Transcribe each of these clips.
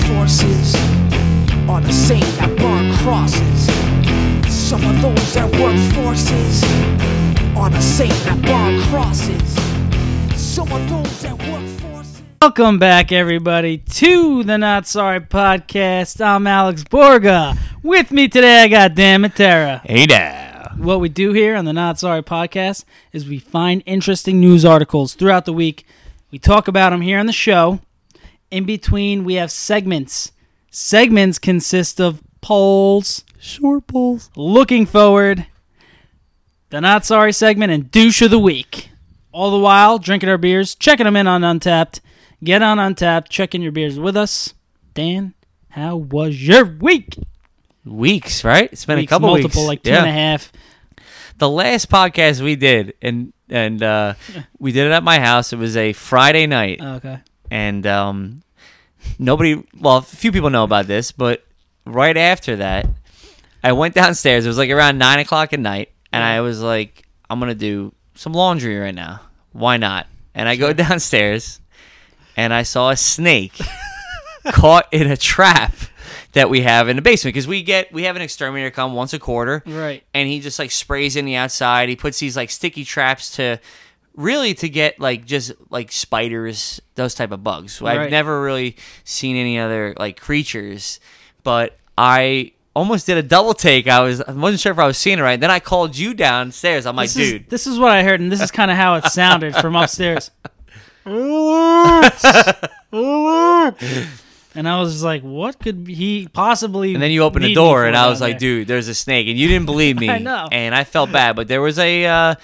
bosses are the same that burn crosses. Some of those that work forces are the same that burn crosses. Some of those that work forces. Welcome back, everybody, to the Not Sorry podcast. I'm Alex Borga. With me today, I got Dan Matera. Hey now. What we do here on the Not Sorry podcast is we find interesting news articles throughout the week. We talk about them here on the show. In between, we have segments. Segments consist of polls, Short balls. looking forward, the Not Sorry segment, and douche of the week. All the while, drinking our beers, checking them in on Untapped. Get on Untapped, check in your beers with us. Dan, how was your week? Weeks, right? It's been Weeks, a couple multiple, weeks. like two and a half. The last podcast we did, and and uh, we did it at my house. It was a Friday night, Okay. and um, nobody, well, a few people know about this, but right after that, I went downstairs. It was like around nine o'clock at night, and I was like, I'm gonna do some laundry right now. Why not? And I go downstairs, and I saw a snake caught in a trap that we have in the basement because we get we have an exterminator come once a quarter, Right. And he just like sprays in the outside. He puts these like sticky traps to really to get like just like spiders, those type of bugs. So Right. I've never really seen any other like creatures, but I almost did a double take. I was I wasn't sure if I was seeing it right. Then I called you downstairs. I'm like, This is, dude, this is what I heard, and this is kind of how it sounded from upstairs. and I was just like, what could he possibly? And then you opened need me the door, for and I was down like, there? "Dude, there's a snake," and you didn't believe me. I know. And I felt bad, but there was a. Uh,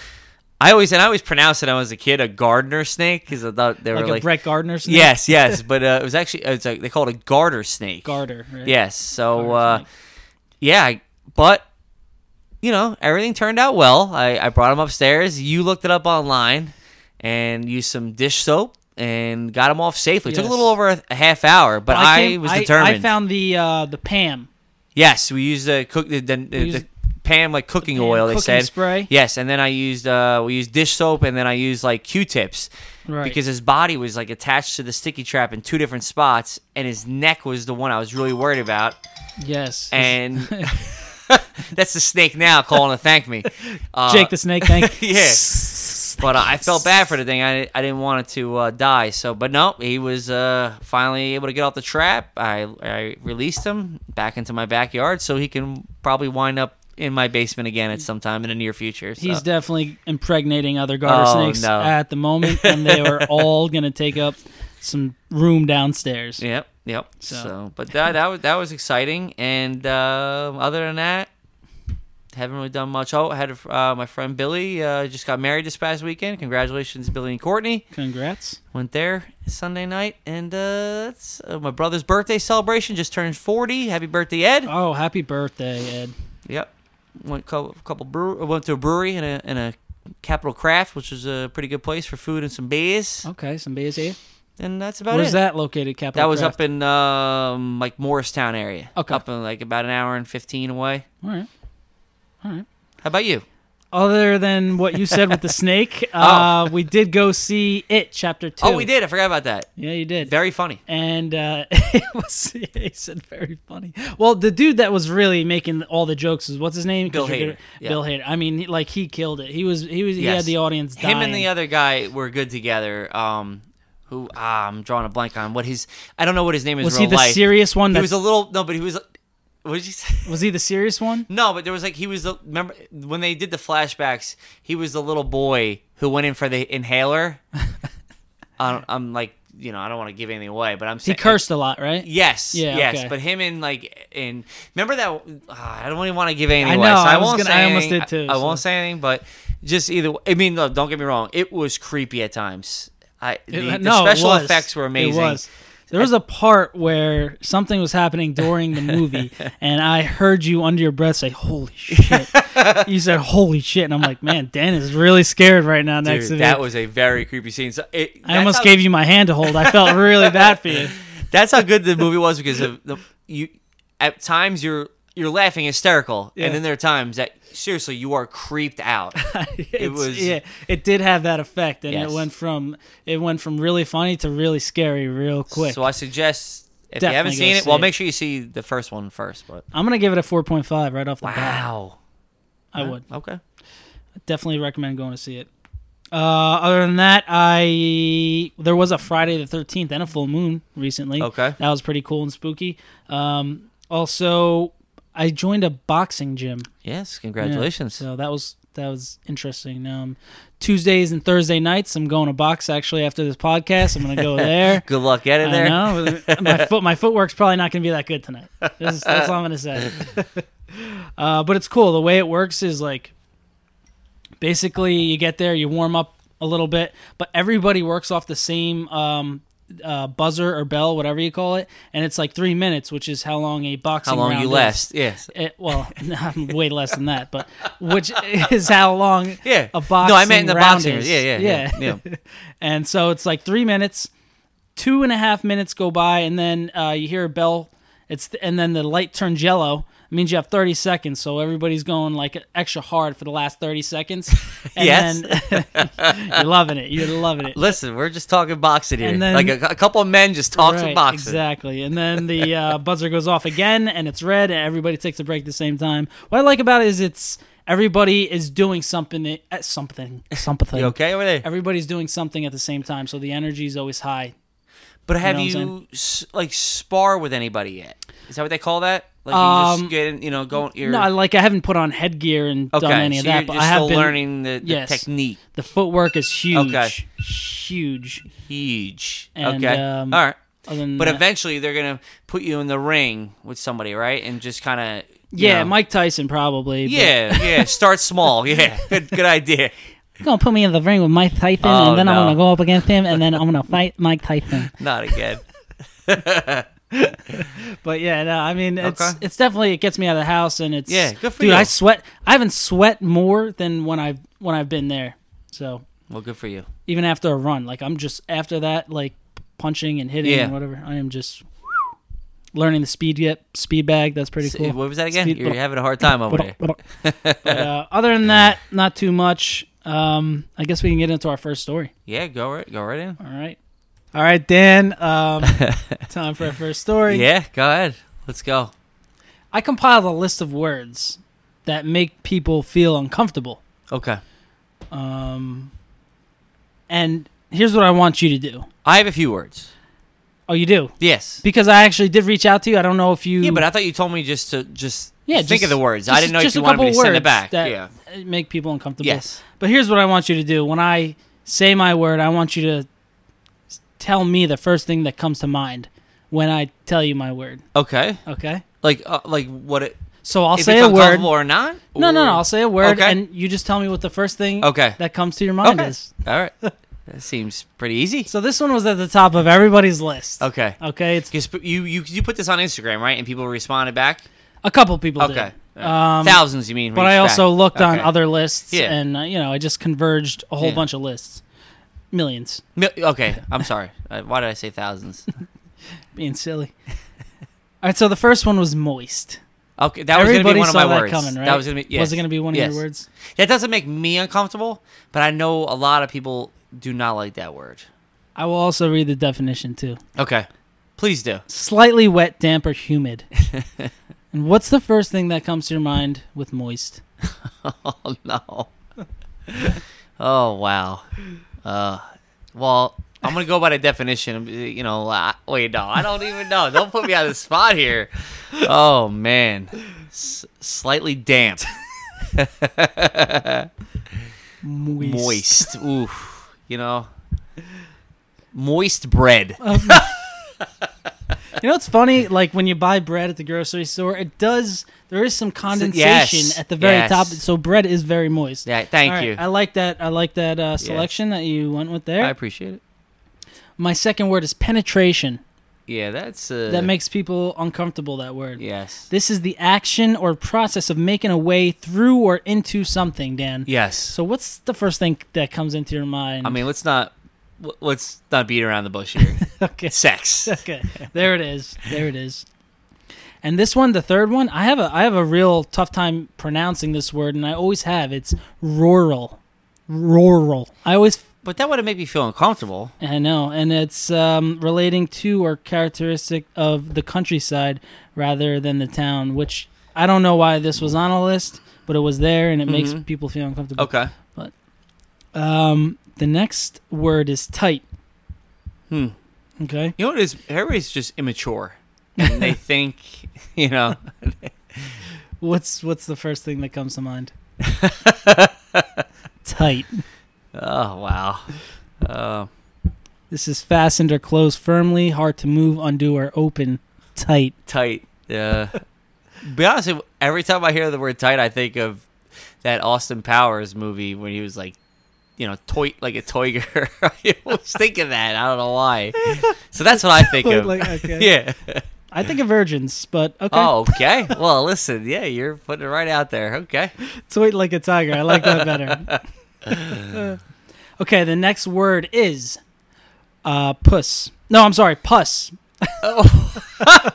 I always and I always pronounced it. when I was a kid, a gardener snake, because I thought they were like, like, a Brett Gardner snake? yes, yes, but uh, it was actually it's like they called it a garter snake. Garter. Right? Yes. So Garter uh, snake. yeah, I- but you know everything turned out well. I, I brought them upstairs. You looked it up online, and used some dish soap and got them off safely. It took a Yes. little over a, a half hour, but I, came- was determined. I found the uh, the Pam. Yes, we used the cook the, the, the, used Pam like cooking Pam oil. They cooking said spray. Yes, and then I used uh we used dish soap, and then I used like Q-tips Right. because his body was like attached to the sticky trap in two different spots, and his neck was the one I was really worried about. Yes. And that's the snake now calling to thank me, uh, Jake the Snake. Thank. Yeah. But uh, I felt bad for the thing. I, I didn't want it to uh, die. So, but no, he was uh, finally able to get off the trap. I I released him back into my backyard, so he can probably wind up in my basement again at some time in the near future. So. He's definitely impregnating other garter Oh, snakes no. at the moment, and they are all going to take up some room downstairs. Yep, yep. So, So. but that that was, that was exciting. And uh, other than that, haven't really done much. Oh, I had a, uh, my friend Billy uh, just got married this past weekend. Congratulations, Billy and Courtney. Congrats. went there Sunday night, and uh, it's uh, my brother's birthday celebration. Just turned forty. Happy birthday, Ed! Oh, happy birthday, Ed. Yep. Went couple, couple brew, went to a brewery and a and a Capital Craft, which is a pretty good place for food and some beers, Okay, some beers here. and that's about Uh. Where's it. that located, Capital That was Craft? up in um, like Morristown area. Okay. Up in like about an hour and fifteen away. All right. How about you? Other than what you said with the snake, uh, we did go see it, chapter two. Oh, we did. I forgot about that. Yeah, you did. Very funny. and uh, it was he said very funny. Well, the dude that was really making all the jokes was what's his name? 'Cause Bill you're Hader. gonna- Yeah. Bill Hader. I mean, he- like he killed it. He was he was he Yes. had the audience. Him and the other guy were good together. Um, who ah, I'm drawing a blank on what his I don't know what his name is. was in he real the life. serious one? He That, was was, a little no, but he was. What did you say? he the serious one? No, but there was like he was the remember when they did the flashbacks. He was the little boy who went in for the inhaler. I don't, I'm like you know I don't want to give anything away, but I'm He saying cursed a lot, right? Yes, Yeah, yes, okay. but him and like and remember that ah, I don't even want to give anything I away. know, so I, I was won't gonna- say I almost anything. did too, I, I so. won't say anything, but just either. I mean, look, don't get me wrong. It was creepy at times. I the, the no, it special was. effects were amazing. It was. There was a part where something was happening during the movie, and I heard you under your breath say, "Holy shit!" you said, "Holy shit," and I'm like, "Man, Dan is really scared right now." Dude, next to me, that was a very creepy scene. So it, I almost gave you my hand to hold. I felt really bad for you. That's how good the movie was because of the, you. At times you're you're laughing hysterical, Yeah. and then there are times that seriously you are creeped out. It's- was- yeah, it did have that effect, and Yes. it went from it went from really funny to really scary real quick. so I suggest If you Definitely haven't go seen it, see well, it. make sure you see the first one first. But I'm gonna give it a 4.5 right off the bat. wow, I would okay. definitely recommend going to see it. Uh, other than that, I there was a Friday the 13th and a full moon recently. Okay. that was pretty cool and spooky. Um, also, I joined a boxing gym. Yes, Yeah, congratulations. so that was that was interesting. Um, Tuesdays and Thursday nights, I'm going to box. Actually, after this podcast, I'm gonna go there. Good luck getting there. I know. my foot, my footwork's probably not going to be that good tonight. That's, that's all I'm going to say. Uh, but it's cool. The way it works is like, basically, you get there, you warm up a little bit, but everybody works off the same um, uh, buzzer or bell, whatever you call it, and it's like three minutes, which is how long a boxing. How long round you is. last? Yes. It, Eh, well, I'm way less than that, but which is how long Yeah. a boxing No, I meant in the round boxing. is. Yeah, yeah, yeah, and so it's like three minutes, two and a half minutes go by, and then uh, you hear a bell. It's and then the light turns yellow. It means you have 30 seconds, so everybody's going like extra hard for the last 30 seconds. And Yes. then you're loving it. You're loving it. Listen, we're just talking boxing here. And then- like a, a couple of men just talking Right, boxing. Exactly. And then the uh, buzzer goes off again, and it's red, and everybody takes a break at the same time. What I like about it is it's everybody is doing something, uh, something, something. You okay over there? Everybody's doing something at the same time, so the energy is always high. But have know you, what I'm s- like spar with anybody yet? Is that what they call that? Like you Um, just get in, you know go your No, I- like I haven't put on headgear and okay. done any so of that, you're but just I have still been learning the, the Yes. technique. The footwork is huge, Okay. huge. Huge. And, okay. um, uh, All right. Other than But that- eventually they're gonna put you in the ring with somebody, right? And just kind of yeah, Mike Tyson probably. but Yeah, yeah. Start small. Yeah, good, good idea. He's gonna put me in the ring with Mike Tyson, Oh, and then no. I'm gonna go up against him, and then I'm gonna fight Mike Tyson. Not again. But yeah, no, I mean, it's Okay. it's definitely it gets me out of the house, and it's Yeah, good for dude. you. I sweat. I haven't sweat more than when I've when I've been there. So Well, good for you. even after a run, like I'm just after that, like punching and hitting Yeah. and whatever. I am just learning the speed get speed bag. That's pretty S- cool. What was that again? Speed- You're having a hard time over there. but uh, other than that, not too much. Um, I guess we can get into our first story. Yeah, go right, go right in. All right, all right, Dan. Um, time for our first story. Yeah, go ahead. Let's go. I compiled a list of words that make people feel uncomfortable. Okay. Um, and here's what I want you to do. I have a few words. Oh, you do Yes. because I actually did reach out to you. I don't know if you. Yeah, but I thought you told me just to just Yeah, think of just- the words. I just- didn't know if just you a wanted me to couple send it words back. that Yeah. make people uncomfortable. Yes. But here's what I want you to do. When I say my word, I want you to s- tell me the first thing that comes to mind when I tell you my word. Okay. Okay? Like uh, like what it So I'll if say it's a word. uncomfortable or not? No, no, no. I'll say a word, Okay. and you just tell me what the first thing Okay. that comes to your mind Okay. is. All right. That seems pretty easy. So this one was at the top of everybody's list. Okay. Okay. It's 'Cause you you you put this on Instagram, right? And people responded back. a couple people did. Okay. Um, Thousands, you mean? But reached I back. also looked on Okay. other lists, Yeah. and uh, you know, I just converged a whole Yeah. bunch of lists, millions. Mil- Okay, I'm sorry. Uh, Why did I say thousands? being silly. All right, so the first one was moist. Okay, that was gonna be Everybody one of saw my that words. coming, right? That was gonna be. Yes. it gonna be one Yes. of your words? That doesn't make me uncomfortable, but I know a lot of people do not like that word. I will also read the definition too. Okay, please do. Slightly wet, damp, or humid. and what's the first thing that comes to your mind with moist? Oh no. oh wow. Uh, well, I'm gonna go by the definition. You know, I, wait, no, I don't even know. Don't put me on the spot here. Oh man, S- slightly damp, Moist. moist. Ooh, you know, moist bread. You know what's funny? Like when you buy bread at the grocery store, it does. There is some condensation yes, at the very yes. top, so bread is very moist. Yeah, thank All right, you. I like that. I like that uh, selection that you went with there. I appreciate it. My second word is penetration. Yeah, that's uh, That makes people uncomfortable. That word. yes, This is the action or process of making a way through or into something, Dan. yes. So what's the first thing that comes into your mind? I mean, let's not w- let's not beat around the bush here. okay, Sex. okay, there it is, there it is. And this one, the third one, I have a I have a real tough time pronouncing this word, and I always have. It's rural, rural. I always But that would have made me feel uncomfortable. I know, and it's um, relating to or characteristic of the countryside rather than the town, which I don't know why this was on a list, but it was there, and it makes Mhm. people feel uncomfortable. Okay. Um, the next word is tight. Hmm. Okay. You know what it is? Everybody's just immature. And they think, you know, What's what's the first thing that comes to mind? tight. oh, wow. Uh, This is fastened or closed firmly, hard to move, undo, or open. Tight. tight. Yeah. Be honest, with- every time I hear the word tight, I think of that Austin Powers movie when he was like, you know, toy like a toyger. I always think of that. I don't know why. So that's what I think of. Like, okay. yeah. I think of virgins, but okay. Oh, okay. Well, listen. Yeah, you're putting it right out there. Okay. Tweet like a tiger. I like that better. Uh, okay, the next word is uh, puss. No, I'm sorry, pus. Oh.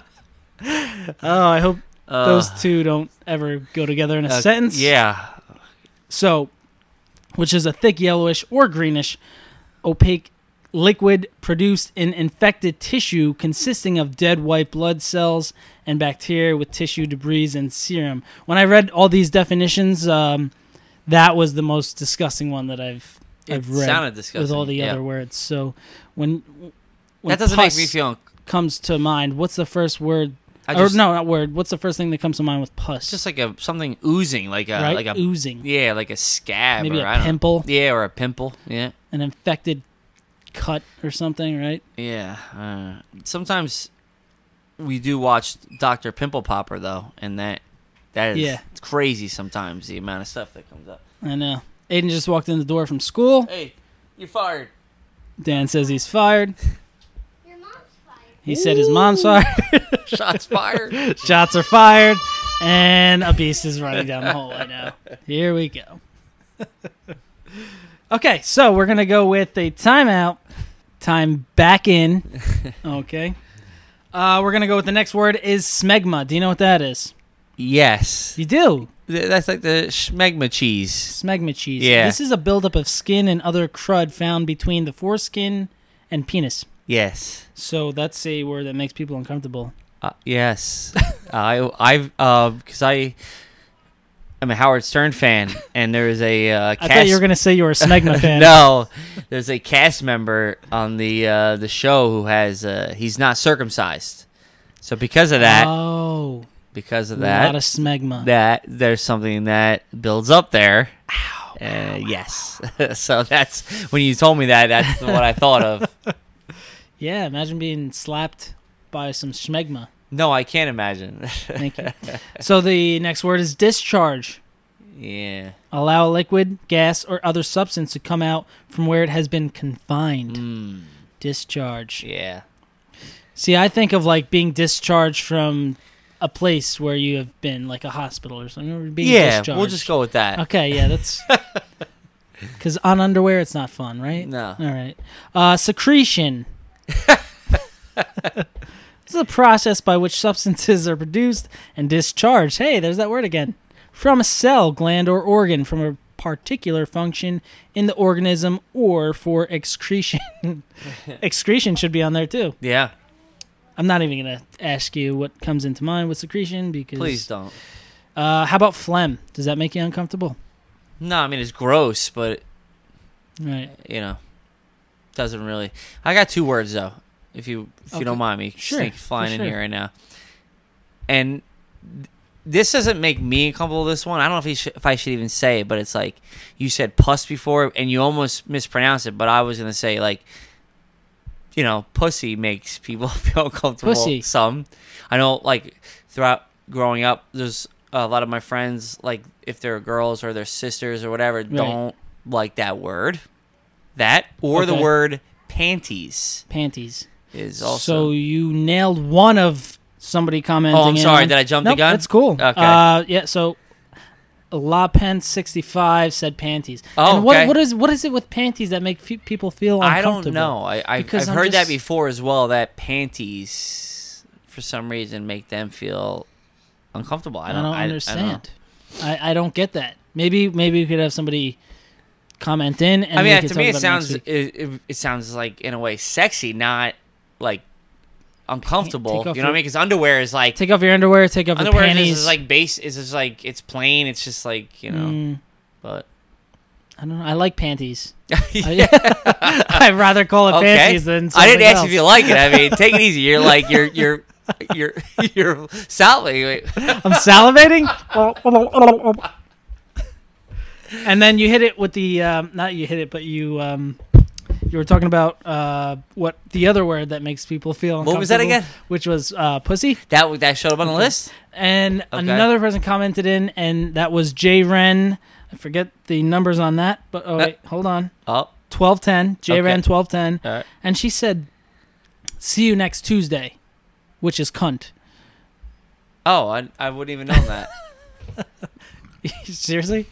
Oh, I hope Uh, those two don't ever go together in a uh, sentence. Yeah. So, which is a thick yellowish or greenish opaque liquid produced in infected tissue consisting of dead white blood cells and bacteria with tissue debris and serum. When I read all these definitions, um, that was the most disgusting one that I've It I've read sounded disgusting. with all the yeah. other words. So when, when That doesn't pus make me feel. comes to mind, what's the first word? I or just, no, not word. What's the first thing that comes to mind with pus? Just like a something oozing, like a right, like a oozing, yeah, like a scab maybe or a I don't know. pimple. Yeah, or a pimple. Yeah. an infected cut or something, right? Yeah. Uh, sometimes we do watch Doctor Pimple Popper though, and that that is Yeah. it's crazy. Sometimes the amount of stuff that comes up. I know. uh, Aiden just walked in the door from school. Hey, you're fired. Dan says he's fired. Your mom's fired. He said his mom's fired. Shots fired. Shots are fired. And a beast is running down the hallway now. Here we go. okay, so we're going to go with a timeout. Time back in. Okay. Uh, we're going to go with the next word is smegma. Do you know what that is? yes, You do. Th- that's like the schmegma cheese. Smegma cheese. Yeah. This is a buildup of skin and other crud found between the foreskin and penis. Yes. So that's a word that makes people uncomfortable. Uh, yes, I I've because I am a Howard Stern fan, and there is a uh, I cast. thought you were gonna say you were a smegma fan. no, there's a cast member on the uh, the show who has uh, he's not circumcised, so because of that, Oh, because of a lot that, of smegma. that there's something that builds up there. Uh, yes, so that's when you told me that. That's what I thought of. yeah, imagine being slapped by some smegma. No, I can't imagine. Thank you. so the next word is discharge. yeah. Allow a liquid, gas, or other substance to come out from where it has been confined. Mm, Discharge. yeah. See, I think of like being discharged from a place where you have been, like a hospital or something. or Being yeah, discharged. we'll just go with that. Okay, yeah, that's because on underwear it's not fun, right? No. All right. Uh, secretion. this is a process by which substances are produced and discharged. Hey, there's that word again. From a cell, gland, or organ from a particular function in the organism or for excretion. excretion should be on there too. Yeah, I'm not even going to ask you what comes into mind with secretion because. please don't. Uh, how about phlegm? Does that make you uncomfortable? No, I mean it's gross, but Right. you know, doesn't really. I got two words though. If you if Okay. you don't mind me Sure, sneak flying for in sure. here right now, and th- this doesn't make me uncomfortable. This one, I don't know if he sh- if I should even say it, but it's like you said puss before, and you almost mispronounced it. But I was gonna say like, you know, pussy makes people feel uncomfortable. Pussy. Some, I know, like throughout growing up, there's a lot of my friends like if they're girls or their sisters or whatever don't like that word. That or the Okay. word panties panties. is So also. you nailed one of somebody commenting. oh, I'm in sorry. on- Did I jump nope, the gun? That's cool. Okay. Uh, yeah. So La Pen sixty five said panties. Oh, and what, okay. what is what is it with panties that make fe- people feel uncomfortable? I don't know. I, I I've Because I'm heard that just- before as well. That panties, for some reason, make them feel uncomfortable. I I don't, don't, I- I don't know. understand. I, I, don't get that. Maybe maybe we could have somebody comment in. And I we mean, uh, can to talk me, it about sounds next it, week. it, it sounds like in a way sexy, not like uncomfortable. You take know off what I your- mean? Because underwear is like Take off your underwear. Take off your underwear is panties. just like base. Is just like it's plain. It's just like you know. Mm, But I don't know. I like panties. Yeah, I'd rather call it okay. panties than I something didn't ask else. if you like it. I mean, take it easy. You're like you're you're you're you're salivating. I'm salivating. and then you hit it with the um, not you hit it, but you um, you were talking about uh, what the other word that makes people feel. What was that uncomfortable, again? Which was uh, pussy. That that showed up on the list. And Okay. another person commented in, and that was J Ren. I forget the numbers on that, but oh Uh, wait, hold on. Oh, Twelve ten, J Ren Okay. twelve ten, all right. and she said, "See you next Tuesday," which is cunt. Oh, I, I wouldn't even know that. Seriously?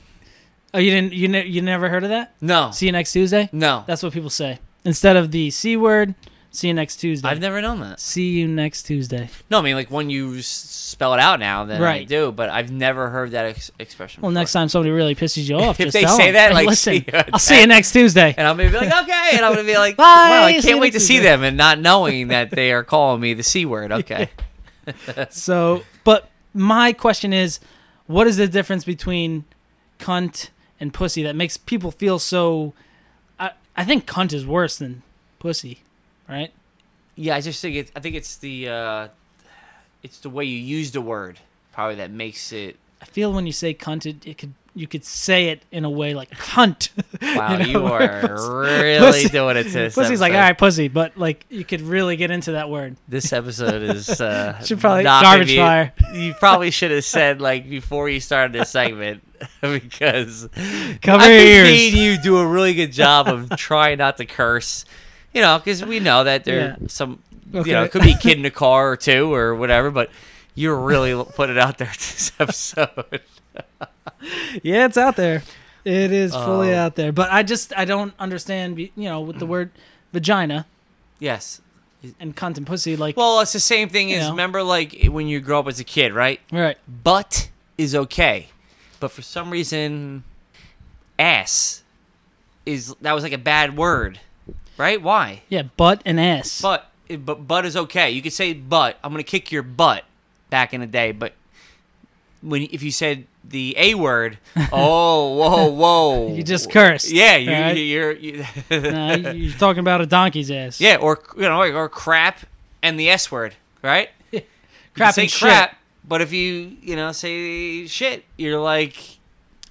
Oh, you didn't? You ne- you never heard of that? No, See you next Tuesday. no, That's what people say instead of the c word. See you next Tuesday. I've never known that. see you next Tuesday. No, I mean like when you s- spell it out now, then I Right. do. But I've never heard that ex- expression. Well, before. next time somebody really pisses you off, If just they tell say 'em, that, "Hey, like, listen, see you I'll see you next Tuesday. and I'm gonna be like, okay, and I'm gonna be like, Bye, wow, I see can't you wait to next see Tuesday. them, and not knowing that they are calling me the c word. Okay, So, but my question is, what is the difference between cunt and pussy that makes people feel so? I I think cunt is worse than pussy, right? yeah, I just think it. I think it's the, uh, it's the way you use the word probably that makes it. I feel when you say cunt, it, it could you could say it in a way like cunt. Wow, you, know, are where puss- really pussy- doing it to this. Pussy's like, episode. all right, pussy, but like you could really get into that word. This episode is uh, Should probably- not garbage maybe- fire. You probably should have said like before you started this segment because Cover I your think ears. me and you do a really good job of trying not to curse. You know, because we know that there Yeah. some Okay. you know it could be a kid in a car or two or whatever, but you're really putting it out there this episode. yeah, it's out there. It is fully Oh. out there. But I just I don't understand. You know, with the word vagina yes. and cunt and pussy, like Well, it's the same thing You as know. remember like when you grow up as a kid, right? right. Butt is okay, but for some reason, ass is that was like a bad word, right? Why? Yeah, butt and ass. But but butt is okay. You could say butt. I'm gonna kick your butt. Back in the day, but when if you said the a word, oh whoa whoa, You just cursed, Yeah, you, right? you're you, Nah, you- you're talking about a donkey's ass. yeah, or you know, or, crap and the s word, right? You Crap say and shit. But if you you know say shit, you're like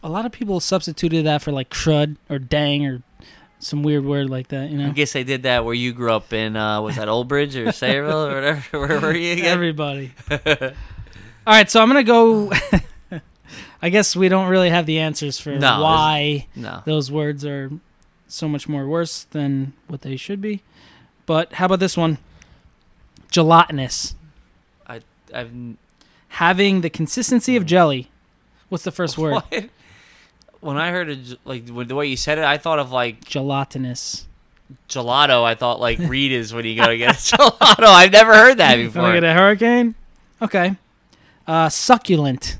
A lot of people substituted that for like crud or dang or some weird word like that. You know, I guess I did that where you grew up in uh, was that Old Bridge or Sayreville or whatever. Where were you again? everybody. All right, so I'm gonna go. I guess we don't really have the answers for No, there's- why. no, those words are so much more worse than what they should be. But how about this one? Gelatinous. I've Having the consistency of jelly. What's the first word? Hmm. What? When I heard it, like when- the way you said it, I thought of like Gelatinous. gelato. I thought like Reed is when you go to get a gelato. I've never heard that Gonna before. get a hurricane? Okay. Uh, succulent.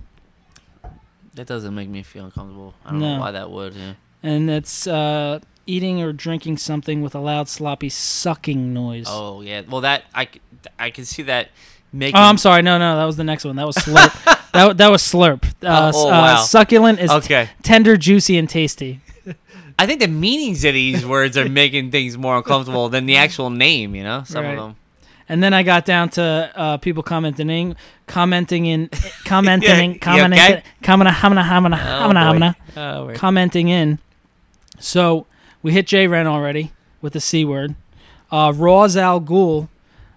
that doesn't make me feel uncomfortable. I don't know No. why that would. Yeah. And that's uh, eating or drinking something with a loud, sloppy sucking noise. Oh, Oh yeah. Well, that I c- I can see that making. I'm sorry. No, no, that was the next one. That was slurp. that, wa- that was slurp. Uh, Oh, oh, uh, wow. Succulent is t- Okay. tender, juicy, and tasty. I think the meanings of these words are making things more uncomfortable than the actual name. You know, some Right. of them. And then I got down to uh, people commenting, commenting in, commenting, you commenting, okay? commenting, hamina, hamina, Oh, hamina, hamina, boy. Oh, we're- commenting in. So we hit J Ren already with the C word. Uh, Raw's Al Ghul,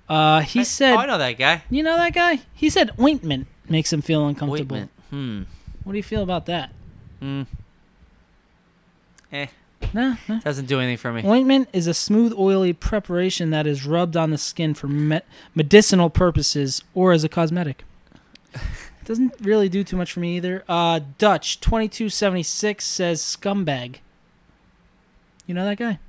uh, he oh, I said, know that guy. you know that guy? He said ointment makes him feel Wait a uncomfortable. minute. Hmm. What do you feel about that? Hmm. Eh. No, no. Doesn't do anything for me. Ointment is a smooth, oily preparation that is rubbed on the skin for me- medicinal purposes or as a cosmetic. Doesn't really do too much for me either. Uh, Dutch twenty two seventy six says scumbag. You know that guy?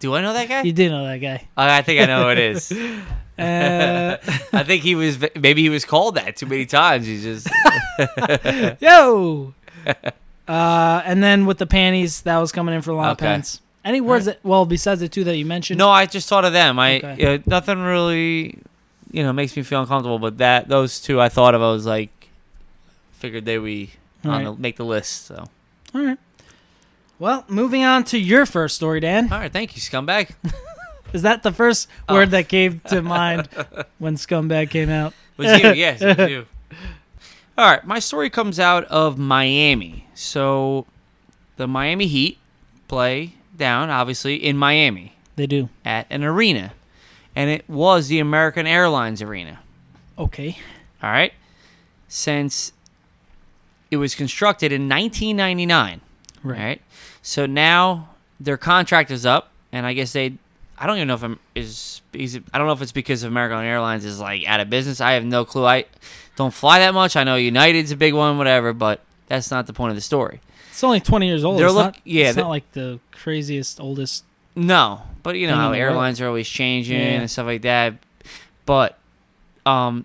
Do I know that guy? You do know that guy. Uh, I think I know who it is. Uh, I think he was maybe he was called that too many times. He's just yo, Uh, and then with the panties, that was coming in for a lot Okay. of pants. Any words that, well, besides the two that you mentioned? No, I just thought of them. I Okay. yeah, nothing really, you know, makes me feel uncomfortable. But that those two, I thought of. I was like, figured they we All on right. the, make the list. So All right. Well, moving on to your first story, Dan. all right, thank you, scumbag. Is that the first Oh. word that came to mind when Scumbag came out? was you, yes, it was you. All right, my story comes out of Miami. So the Miami Heat play down, obviously, in Miami. They do. at an arena, and it was the American Airlines Arena. Okay. All right, since it was constructed in 1999. Right. All right, so now their contract is up, and I guess they. I don't even know if I'm is is I don't know if it's because American Airlines is like out of business. I have no clue. I don't fly that much. I know United's a big one, whatever, but that's not the point of the story. It's only 20 years old. They're it's look- not, yeah, It's they- not like the craziest, oldest. No, but you know Thing in how the world. airlines are always changing Yeah. and stuff like that. But um,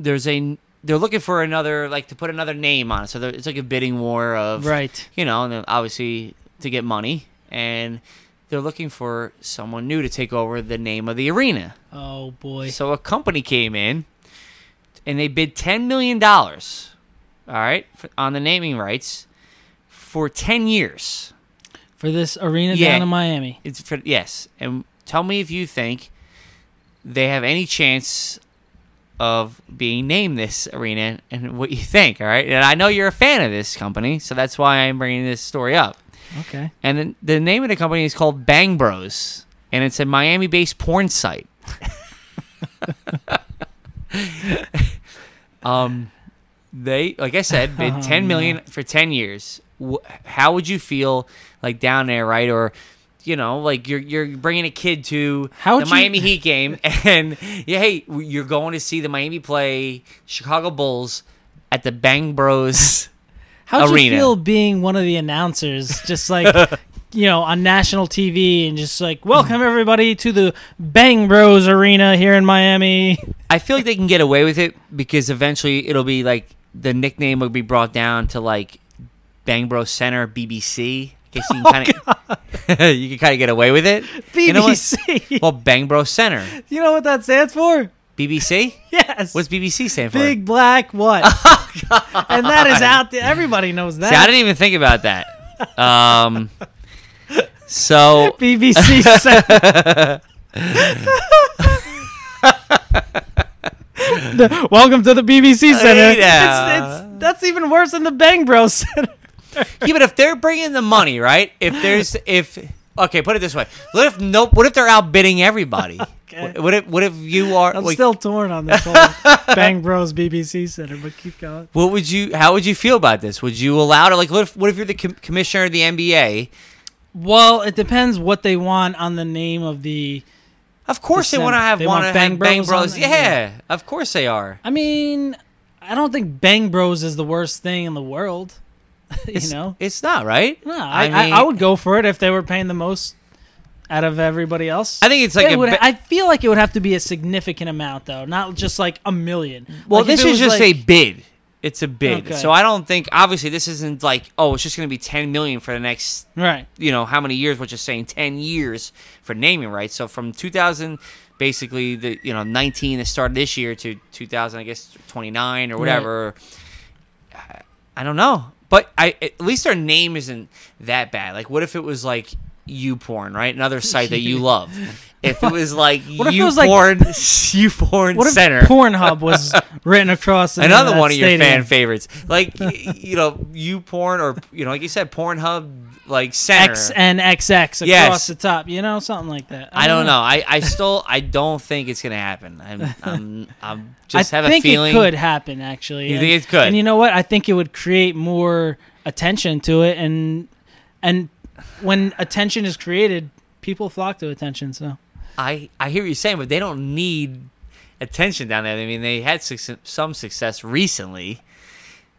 there's a they're looking for another like to put another name on it. So there, it's like a bidding war of Right. you know, and then obviously to get money, and they're looking for someone new to take over the name of the arena. Oh, boy. So a company came in, and they bid ten million dollars, all right, for, on the naming rights for ten years. For this arena Yeah. down in Miami. It's for yes. And tell me if you think they have any chance of being named this arena and what you think. All right. And I know you're a fan of this company, so that's why I'm bringing this story up. Okay. And then the name of the company is called Bang Bros, and it's a Miami-based porn site. um, they, like I said, bid Oh, ten million for ten years. Wh- How would you feel like down there, right? Or you know, like you're you're bringing a kid to How the would you- Miami Heat game, and yeah, hey, you're going to see the Miami play Chicago Bulls at the Bang Bros. How'd Arena. you feel being one of the announcers, just like, you know, on national TV and just like, Mm. welcome everybody to the Bang Bros Arena here in Miami? I feel like they can get away with it because eventually it'll be like the nickname will be brought down to like Bang Bro Center BBC. I guess you can kind Oh, of you can kind of get away with it. BBC. You know what? Well, Bang Bro Center that stands for? BBC. Yes. What's BBC stand for? Big black what? And that is out there. Everybody knows that. See, I didn't even think about that. Um, so BBC said. The- welcome to the BBC Center. Hey It's, now. it's, that's even worse than the Bang Bros Center. yeah, but if they're bringing the money, right? If there's if okay, put it this way: what if no? What if they're outbidding everybody? Okay. What if what if you are? I'm like, still torn on this whole Bang Bros BBC Center, but keep going. What would you? How would you feel about this? Would you allow it? Like, what if, what if you're the com- commissioner of the NBA? Well, it depends what they want on the name of the. Of course, they Dissent. want to have They want to want Bang have Bang Bros on Bros. there? Yeah, of course they are. I mean, I don't think Bang Bros is the worst thing in the world. you know, It's not right. No, I, I, mean, I would go for it if they were paying the most out of everybody else. I think it's like It a would- ba- I feel like it would have to be a significant amount though, not just like a million. Well, Like, if this it is was, just a like, bid. It's a bid. Okay. So I don't think. Obviously, this isn't like oh, it's just going to be ten million for the next right. you know how many years which is saying 10 years for naming rights so from 2000 basically the you know 19 that started this year to 2000 i guess 29 or whatever I, I don't know but i at least our name isn't that bad like what if it was like you porn right another site that you love if it was like What if it you was, like, porn you porn What if center Pornhub was written across the name another that one of your fan stadium? favorites like y- you know you porn or you know like you said pornhub like center X and XX across Yes. the top, you know, something like that. I don't know. I, I still I don't think it's gonna happen. I'm I'm, I'm just I have think a feeling. it could happen actually. You and, think it could? And you know what? I think it would create more attention to it, and and when attention is created, people flock to attention. So I I hear what you're saying, but they don't need attention down there. I mean, they had suc some success recently.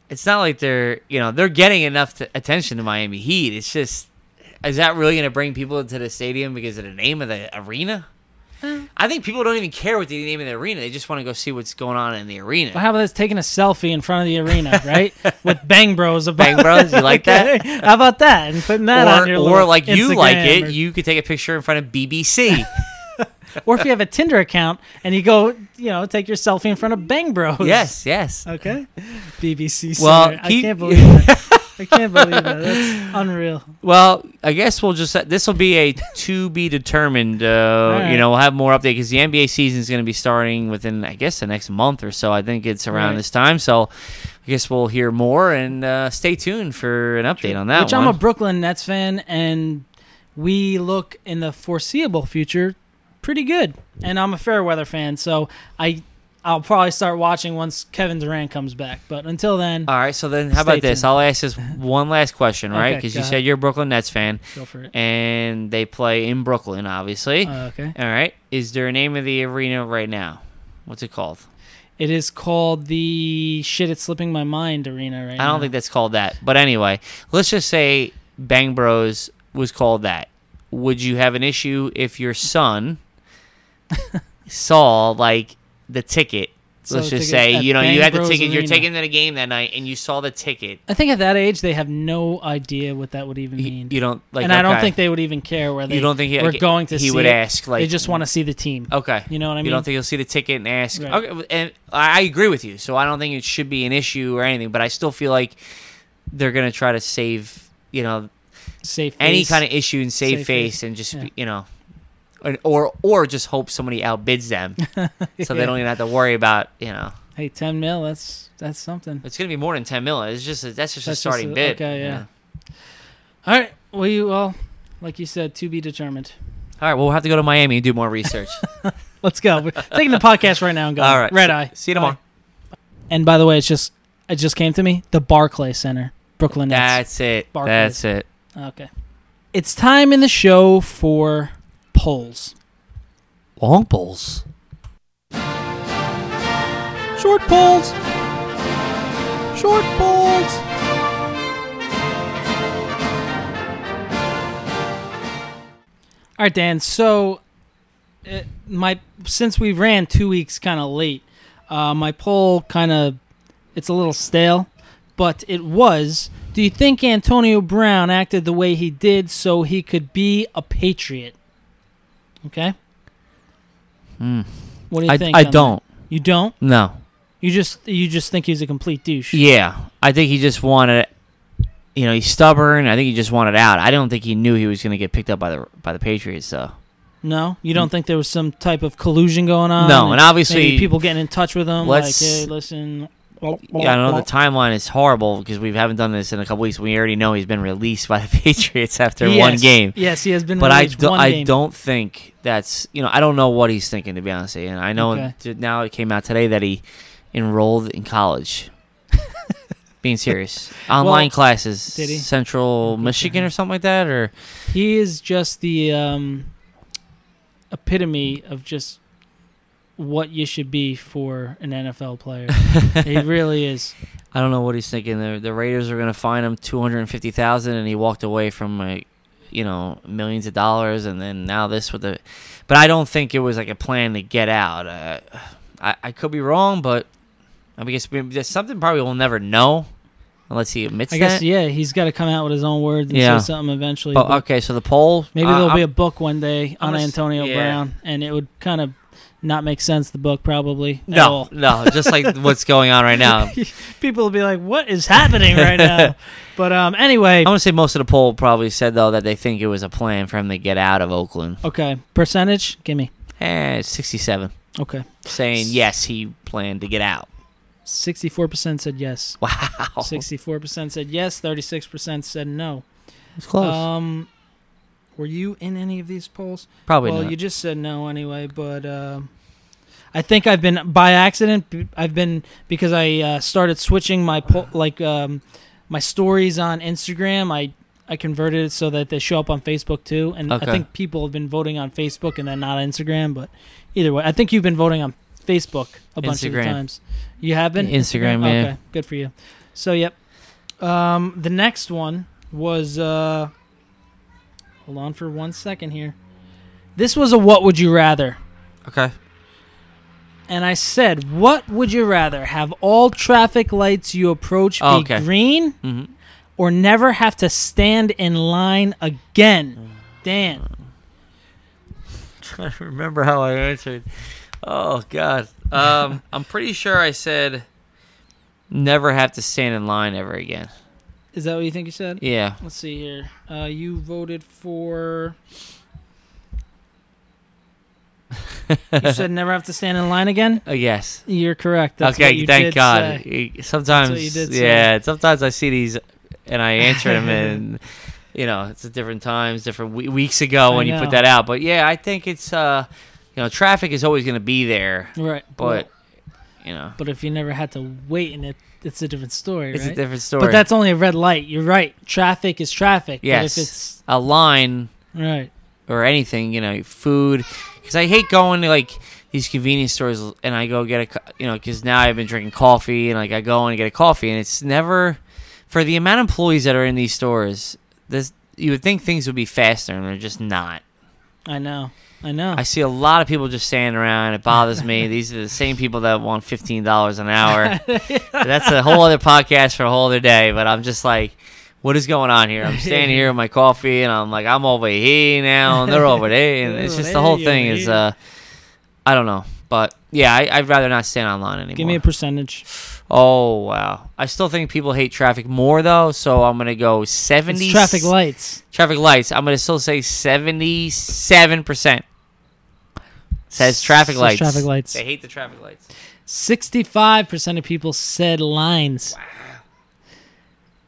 It's not like they're you know they're getting enough to, attention to Miami Heat. It's just is that really gonna bring people to the stadium because of the name of the arena? Uh. I think people don't even care what the name of the arena. They just want to go see what's going on in the arena. But how about this taking a selfie in front of the arena, right? With Bang Bros. About Bang Bros, you like that? How about that? And putting that on or, your or little like you like Instagram it, or- you could take a picture in front of BBC. or if you have a Tinder account and you go, you know, take your selfie in front of Bang Bros. yes, yes. Okay. BBC. Well, Center. I keep- can't believe that. I can't believe that. That's unreal. Well, I guess we'll just this will be a to be determined. Uh, right. You know, we'll have more update because the NBA season is going to be starting within, I guess, the next month or so. I think it's around Right. this time, so I guess we'll hear more and uh, stay tuned for an update on that Which one. I'm a Brooklyn Nets fan, and we look in the foreseeable future pretty good. And I'm a fair weather fan, so I I'll probably start watching once Kevin Durant comes back. But until then, All right, so then how Stay about this? tuned. I'll ask this one last question, right? Okay, Because go you ahead. said you're a Brooklyn Nets fan, go for it. and they play in Brooklyn, obviously. Uh, okay. All right, is there a name of the arena right now? What's it called? It is called the shit. It's slipping my mind arena right now. I don't think that's called that. But anyway, let's just say Bang Bros was called that. Would you have an issue if your son saw like the ticket? Saw let's the just ticket say at you know you Bang had the Bros ticket. You're Arena. taking to the game that night, and you saw the ticket. I think at that age they have no idea what that would even You- mean. You don't like. and I don't okay. think they would even care where they don't think he- were going to he see would it. ask, like- they just want to see the team. Okay. You know what I You don't mean? think you'll see the ticket and ask. Right. Okay, and I I agree with you. So I don't think it should be an issue or anything. But I still feel like they're gonna try to save. You know, Safe any face. kind of issue and save Save face, face. and just Yeah. you know and- or or just hope somebody outbids them so they Yeah. don't even have to worry about you know Hey, ten mil. That's that's something. it's gonna be more than 10 million it's just a, that's just That's just a starting a- bid okay, you yeah. know. All right. Well, you well, like you said, to be determined. all right well we'll have to go to miami and do more research Let's go. We're taking the podcast right now and going. all right Red eye. see you tomorrow Bye. And by the way, it's just it just came to me. The Barclay Center, Brooklyn Nets. that's it Barclays. that's it okay. It's time in the show for polls. long bowls Short polls. Short polls. All right, Dan. So, uh, my since we ran two weeks kind of late, uh, my poll kind of it's a little stale, but it was. Do you think Antonio Brown acted the way he did so he could be a Patriot? Okay. What do you Hmm. i, think? I on that? don't You don't. no You just you just think he's a complete douche. yeah i think he just wanted you know he's stubborn i think he just wanted out i don't think he knew he was gonna get picked up by the by the patriots so No, you don't think there was some type of collusion going on. No, and obviously- maybe people getting in touch with him. Like, Let's- hey, listen. Yeah, I know the timeline is horrible because we haven't done this in a couple weeks. We already know he's been released by the Patriots after Yes, one game. Yes, he has been. But I, released do, one I game. don't think that's you know I don't know what he's thinking to be honest. with you. And I know Okay. th- now it came out today that he enrolled in college. Being serious, online classes, did he? Central Michigan or something like that, or He is just the um, epitome of just what you should be for an NFL player. he really is. I don't know what he's thinking. The, the Raiders are going to fine him two hundred and fifty thousand, and he walked away from like you know millions of dollars, and then now this with the. But I don't think it was like a plan to get out. Uh, I I could be wrong, but I guess we, there's something probably we'll never know unless he admits I guess that. yeah, he's got to come out with his own words and Yeah. say something eventually. But, but- okay, so the poll. Maybe uh, there'll be a I'm- book one day I'm on gonna s- Antonio yeah. Brown, and it would kind of not make sense. The book probably at no, all. no, just like what's going on right now. I'm People will be like, "What is happening right now?" But um, anyway, gonna say most of the poll probably said though that they think it was a plan for him to get out of Oakland. okay, percentage, give me. Eh, sixty-seven Okay, saying yes, he planned to get out. sixty-four percent said yes. Wow. Sixty-four percent said yes. Thirty-six percent said no. It's close. Um, were you in any of these polls? Probably well, not. you just said no anyway, but um, I think I've been by accident. b- I've been because I uh, started switching my po- like um, my stories on Instagram. I I converted it so that they show up on Facebook too, and Okay. I think people have been voting on Facebook and then not Instagram. But either way, I think you've been voting on Facebook a bunch of the Instagram. times. You have been Instagram, yeah. Okay, good for you. So yep, um, the next one was. Uh, Hold on for one second here. This was a what would you rather. Okay. and I said, "What would you rather have all traffic lights you approach be Oh, okay. green, Mm-hmm. or never have to stand in line again?" Dan, trying to remember how I answered. Oh God. Um, I'm pretty sure I said never have to stand in line ever again. is that what you think you said? Yeah. Let's see here. Uh, you voted for. you said never have to stand in line again. Uh, yes. You're correct. That's what okay. you Thank did God. say. Y- Sometimes, you did say. yeah. Sometimes I see these, and I answer them, and you know, it's at different times, different we- weeks ago I when you know. put that out. But yeah, I think it's uh, you know, traffic is always going to be there, Right, but you know, but if you never had to wait in it, it's a different story, it's right? a different story. But that's only a red light. You're right. Traffic is traffic. yes, But if it's a line. right, or anything, you know, food. Because I hate going to like these convenience stores and I go get a, co- you know, because now I've been drinking coffee and like I go and get a coffee and it's never for the amount of employees that are in these stores. This you would think things would be faster and they're just not. I know, I know. I see a lot of people just standing around. It bothers me. These are the same people that want fifteen dollars an hour. That's a whole other podcast for a whole other day. But I'm just like, what is going on here? I'm standing here with my coffee, and I'm like, I'm over here now, and they're over there, and it's just the whole thing is, uh, I don't know. But yeah, I, I'd rather not stand online anymore. Give me a percentage. oh wow, I still think people hate traffic more though. So I'm gonna go seventy It's traffic lights. traffic lights, I'm gonna still say seventy-seven percent says traffic Says lights. traffic lights. They hate the traffic lights. Sixty-five percent of people said lines.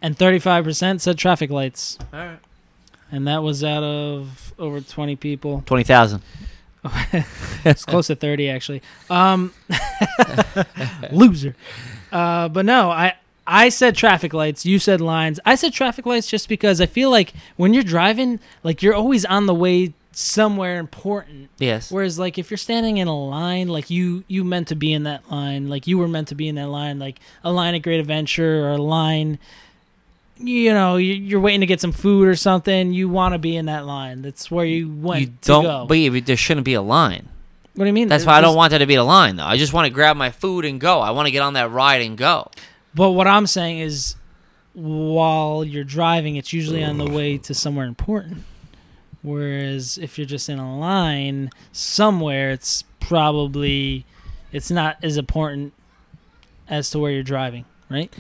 And thirty-five percent said traffic lights. All right. And that was out of over twenty people. Twenty thousand. It's close to thirty actually. Um, loser. Uh, but no, I I said traffic lights. You said lines. I said traffic lights just because I feel like when you're driving, like you're always on the way somewhere important Yes. Whereas like if you're standing in a line, like you you meant to be in that line, like you were meant to be in that line, like a line at Great Adventure or a line, you know, you- you're waiting to get some food or something. You want to be in that line. That's where you went you to go. don't. But yeah, but there shouldn't be a line. what do you mean? That's why I don't There's- want there to be a line though. I just want to grab my food and go. I want to get on that ride and go. But what I'm saying is, while you're driving, it's usually on the way to somewhere important. Whereas if you're just in a line somewhere, it's probably it's not as important as to where you're driving, right?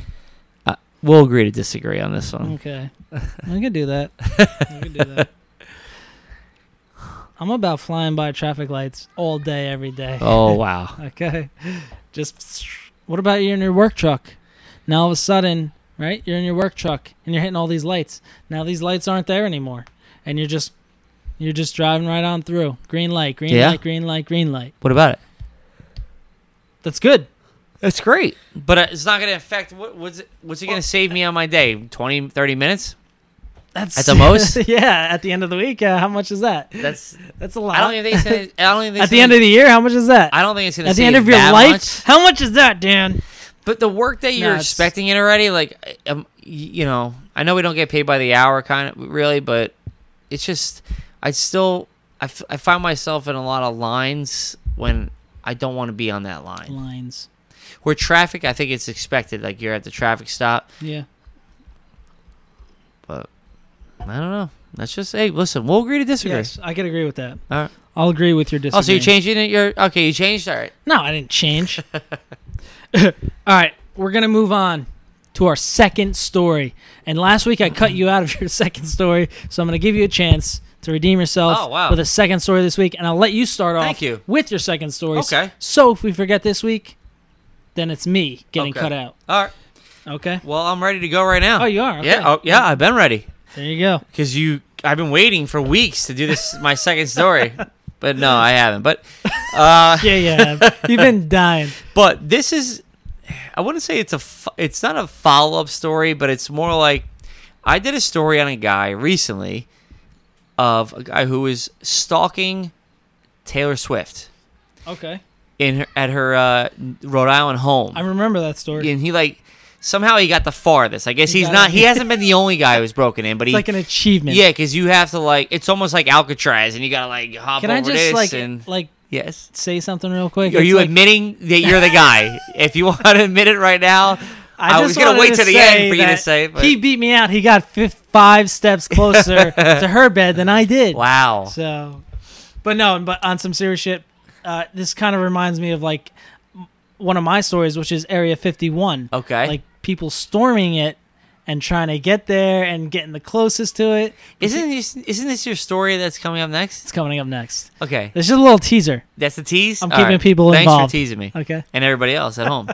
We'll agree to disagree on this one. Okay, I could do that. I could do that. I'm about flying by traffic lights all day, every day. Oh wow. Okay. Just what about you in your work truck? Now all of a sudden, right? You're in your work truck and you're hitting all these lights. Now these lights aren't there anymore, and you're just you're just driving right on through. Green light, green Yeah. light, green light, green light. What about it? That's good. That's great, but uh, it's not going to affect. What, what's it, what's it going to save me on my day? 20, 30 minutes? That's At the most? yeah. At the end of the week, uh, how much is that? That's. That's a I don't lot. even think. It's gonna, I don't even think At the end of the year, how much is that? I don't think it's going to. At the end of your life, much. how much is that, Dan? But the work that you're it's- expecting it already, like, I- um, y- you know, I know we don't get paid by the hour, kind of really, but it's just, I still, I, f- I find myself in a lot of lines when I don't want to be on that line. Lines. Where traffic, I think it's expected, like you're at the traffic stop, Yeah. but I don't know. That's just, hey, listen, we'll agree to disagree. Yes, I could agree with that. All right. I'll agree with your disagreement. Oh, so you're changing it? You're okay. You changed. All right. No, I didn't change. All right, we're gonna move on to our second story. And last week I cut you out of your second story, so I'm gonna give you a chance to redeem yourself Oh, wow. with a second story this week, and I'll let you start off Thank you. with your second story. Okay. So if we forget this week, then it's me getting Okay. cut out. All right. Okay. Well, I'm ready to go right now. Oh, you are? Okay. Yeah. Oh, yeah. I've been ready. There you go. because you I've been waiting for weeks to do this my second story, but no, I haven't. But uh, Yeah, yeah. You've been dying. but this is I wouldn't say it's a fo- it's not a follow up story, but it's more like I did a story on a guy recently of a guy who was stalking Taylor Swift Okay. in her, at her uh, Rhode Island home I remember that story. and he like. Somehow he got the farthest. I guess He he's got not. it. He hasn't been the only guy who's broken in, but It's he like an achievement. yeah, because you have to like it's almost like Alcatraz, and you gotta like hop Can over I just this like and like Yes. say something real quick? Are It's you like- admitting that you're the guy? if you want to admit it right now, I, was just gonna wanted wait till the say end for you to that say. But, He beat me out. He got fif- five steps closer to her bed than I did. wow. So, but no, but on some serious shit, uh, this kind of reminds me of like m- one of my stories, which is Area 51. Okay. Like people storming it and trying to get there and getting the closest to it. isn't this isn't this your story that's coming up next? It's coming up next. Okay, There's just a little teaser. that's the tease. I'm All keeping right. people Thanks involved. for teasing me. Okay. and everybody else at home.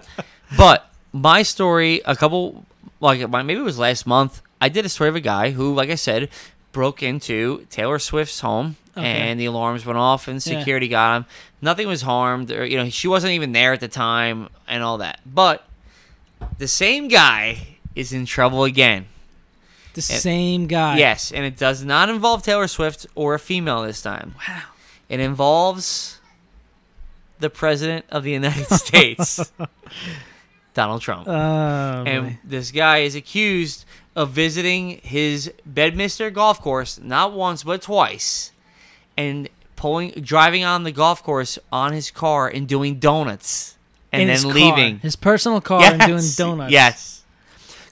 but my story, a couple, like my- maybe it was last month, I did a story of a guy who, like I said, broke into Taylor Swift's home Okay. and the alarms went off and Yeah. security got him. Nothing was harmed, or you know, she wasn't even there at the time and all that. But the same guy is in trouble again. The same guy. Yes, and it does not involve Taylor Swift or a female this time. Wow. It involves the president of the United States, Donald Trump. Oh, boy. and this guy is accused of visiting his Bedminster golf course not once but twice and pulling driving on the golf course on his car and doing donuts and In then his car, leaving his personal car and doing Yes, donuts. Yes.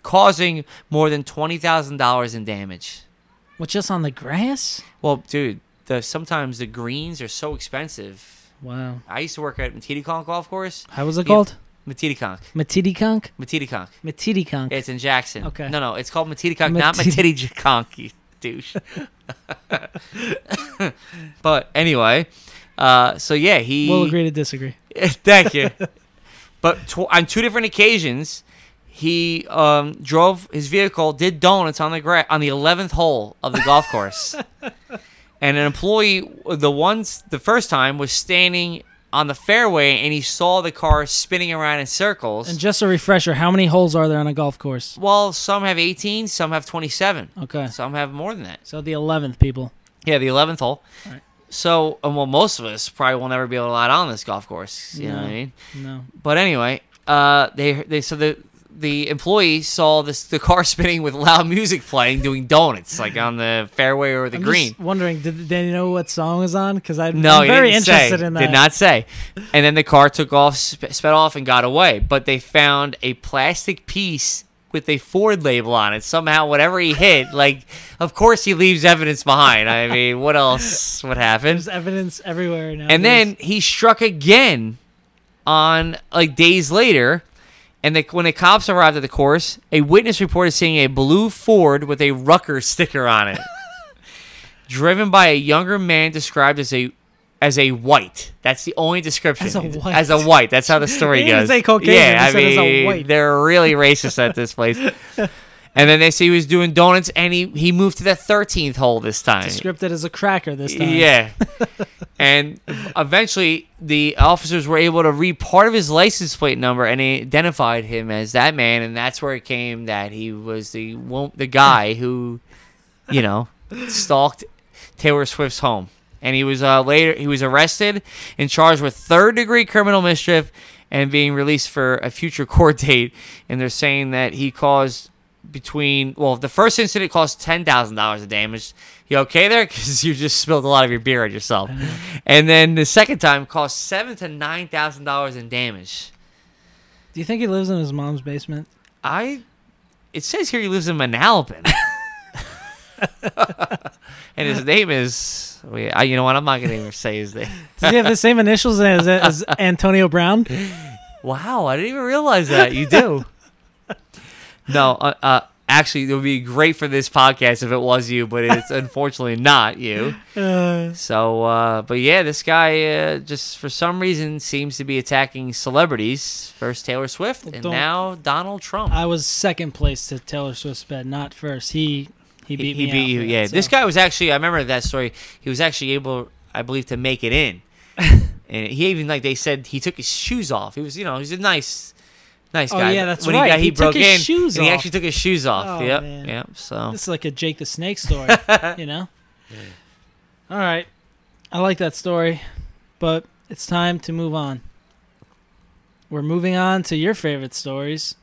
Causing more than $20,000 in damage. What, just on the grass? Well, dude, the sometimes the greens are so expensive. Wow. I used to work at Matidiconk Golf Course. How was it Yeah. called? Matidiconk. Matidiconk? Matidiconk. Matidiconk. It's in Jackson. Okay. No, no, it's called Matidiconk, not Matidi- Matidiconk, you douche. but anyway, uh, so yeah, he. We'll agree to disagree. Thank you. but tw- on two different occasions, he um, drove his vehicle, did donuts on the gra- on the eleventh hole of the golf course, and an employee the once the first time was standing on the fairway and he saw the car spinning around in circles. And just a refresher, how many holes are there on a golf course? well, some have 18, some have 27. Okay. Some have more than that. So the 11th, people. Yeah, the eleventh hole. Right. So, and well, most of us probably will never be able to lie on this golf course. You know No. what I mean? No. But anyway, uh, they they so the the employee saw this the car spinning with loud music playing, doing donuts like on the fairway or the I'm green. just wondering, did they know what song was on? Because I'm No, he very didn't interested say. in that. Did not say. And then the car took off, sp- sped off, and got away. But they found a plastic piece with a Ford label on it. Somehow, whatever he hit, like of course he leaves evidence behind. I mean, what else would happen? There's evidence everywhere now. And then he struck again on like days later. And the, when the cops arrived at the course, a witness reported seeing a blue Ford with a Rucker sticker on it, driven by a younger man described as a as a white. That's the only description. As a white. As a white. That's how the story He goes. didn't say Caucasian, Yeah, he I said as a mean, white. they're really racist at this place. And then they say he was doing donuts, and he, he moved to the thirteenth hole this time. Scripted as a cracker this time. Yeah. and eventually, the officers were able to read part of his license plate number, and they identified him as that man. And that's where it came that he was the wo- the guy who, you know, stalked Taylor Swift's home. And he was uh, later he was arrested and charged with third degree criminal mischief, and being released for a future court date. And they're saying that he caused between well the first incident cost ten thousand dollars of damage. You okay there? Because you just spilled a lot of your beer on yourself. And then the second time cost seven to nine thousand dollars in damage. Do you think he lives in his mom's basement? I it says here he lives in Manalapan. and his name is wait, I, you know what I'm not gonna even say his name. Does he have the same initials as, as Antonio Brown? Wow, I didn't even realize that. You do. no, uh, uh, actually, it would be great for this podcast if it was you, but it's unfortunately not you. Uh, So, uh, but yeah, this guy uh, just for some reason seems to be attacking celebrities. First Taylor Swift, and don't- now Donald Trump. I was second place to Taylor Swift's bed, not first. He he he beat he me. beat out you. for that, Yeah, this so. guy was actually. I remember that story. He was actually able, I believe, to make it in. and he even like they said he took his shoes off. He was, you know, he's a nice, nice Oh, guy. yeah, that's when right. He, got, he, He took broke his in, shoes and He off. actually took his shoes off. Oh, yep, man. yep. So This is like a Jake the Snake story, you know? All right. I like that story, but it's time to move on. We're moving on to your favorite stories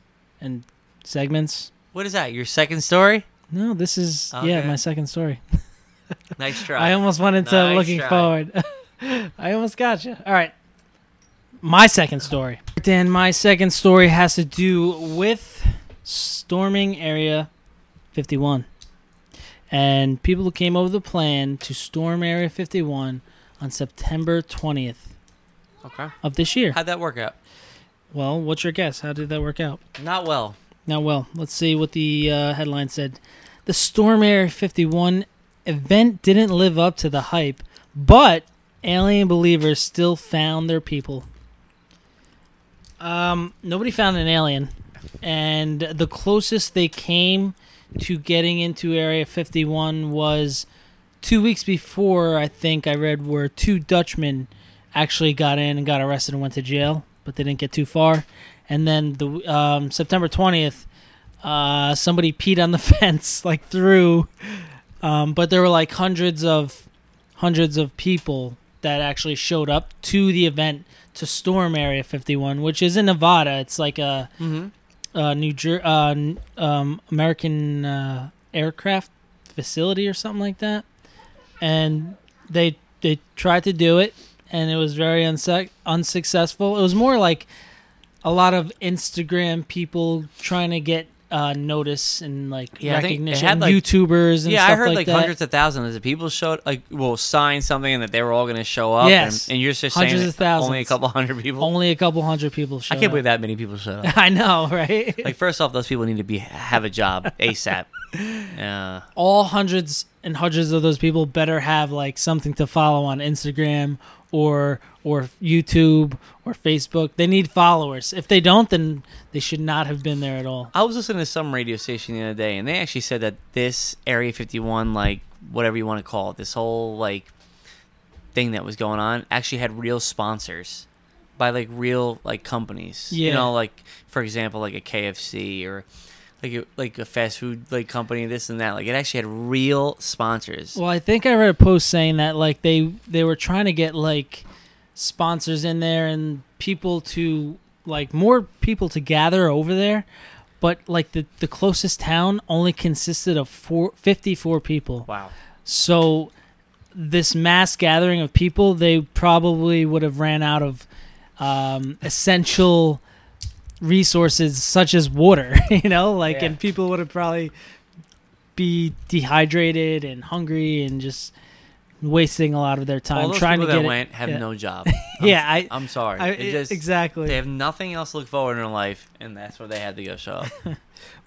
and segments. what is that? Your second story? No, this is yeah, Okay. my second story. Nice I try. almost went into Nice looking try. forward. I almost got you. All right. My second story. Dan, my second story has to do with storming Area 51. And people who came over the plan to storm Area 51 on September 20th Okay. of this year. How'd that work out? Well, what's your guess? How did that work out? Not well. Now, well, let's see what the uh, headline said. The Storm Area 51 event didn't live up to the hype, but alien believers still found their people. Um, nobody found an alien, and the closest they came to getting into Area 51 was two weeks before. I think I read where two Dutchmen actually got in and got arrested and went to jail, but they didn't get too far. And then the um, September 20th, uh, somebody peed on the fence like through, um, but there were like hundreds of hundreds of people that actually showed up to the event to storm Area 51, which is in Nevada. It's like a Mm-hmm. uh, New Jer- uh, n- um, American uh, aircraft facility or something like that, and they they tried to do it, and it was very unsuc unsuccessful. It was more like a lot of Instagram people trying to get uh, notice and like Yeah, I think it recognition, had, like- YouTubers and Yeah, stuff I heard like, that. hundreds of thousands of people showed, like, well, signed something and that they were all going to show up. Yes. And, and you're just Hundreds saying of that only a thousands. couple hundred people. Only a couple hundred people I showed. can't believe that many people showed up. I know, right? like, first off, those people need to be have a Uh, job ASAP. Yeah. all hundreds and hundreds of those people better have like something to follow on Instagram or or YouTube or Facebook. They need followers. If they don't, then they should not have been there at all. I was listening to some radio station the other day, and they actually said that this Area 51, like whatever you want to call it, this whole like thing that was going on, actually had real sponsors by like real like companies. You Yeah. know, like for example, like a KFC or like a, like a fast food like company, this and that. Like it actually had real sponsors. Well, I think I read a post saying that like they they were trying to get like sponsors in there and people to like more people to gather over there, but like the the closest town only consisted of four, 54 people. wow. So this mass gathering of people, they probably would have ran out of um, essential resources such as water, you know, like Yeah. and people would have probably be dehydrated and hungry and just wasting a lot of their All time those trying to people get that it- went have yeah. no job. Yeah, I- I'm sorry. I- It just- exactly. They have nothing else to look forward in life, and that's where they had to go show up.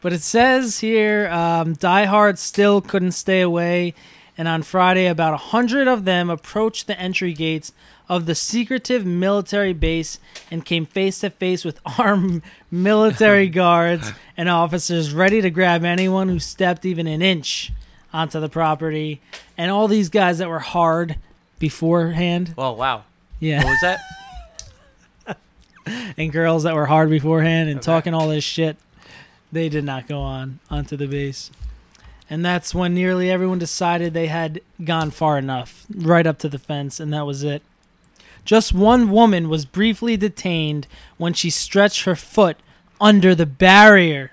But it says here, um, Die Hard still couldn't stay away, and on Friday, about a hundred of them approached the entry gates of the secretive military base and came face to face with armed military guards and officers ready to grab anyone who stepped even an inch onto the property. And all these guys that were hard beforehand, Well, wow. yeah, What was that? and girls that were hard beforehand and talking all this shit, they did not go on onto the base. And that's when nearly everyone decided they had gone far enough, right up to the fence, and that was it. Just one woman was briefly detained when she stretched her foot under the barrier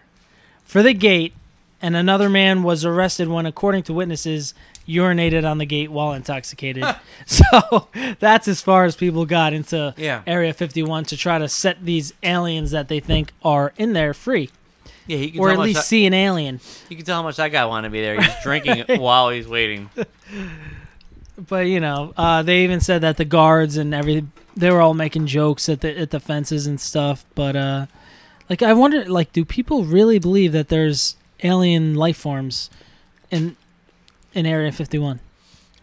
for the gate, and another man was arrested when, according to witnesses, urinated on the gate while intoxicated. so that's as far as people got into Yeah. Area 51 to try to set these aliens that they think are in there free, Yeah, he can or tell at how much least that- see an alien. You can tell how much that guy wanted to be there. He's drinking while he's waiting. But you know, uh, they even said that the guards and every they were all making jokes at the at the fences and stuff. But uh, like, I wonder, like, do people really believe that there's alien life forms in in Area 51?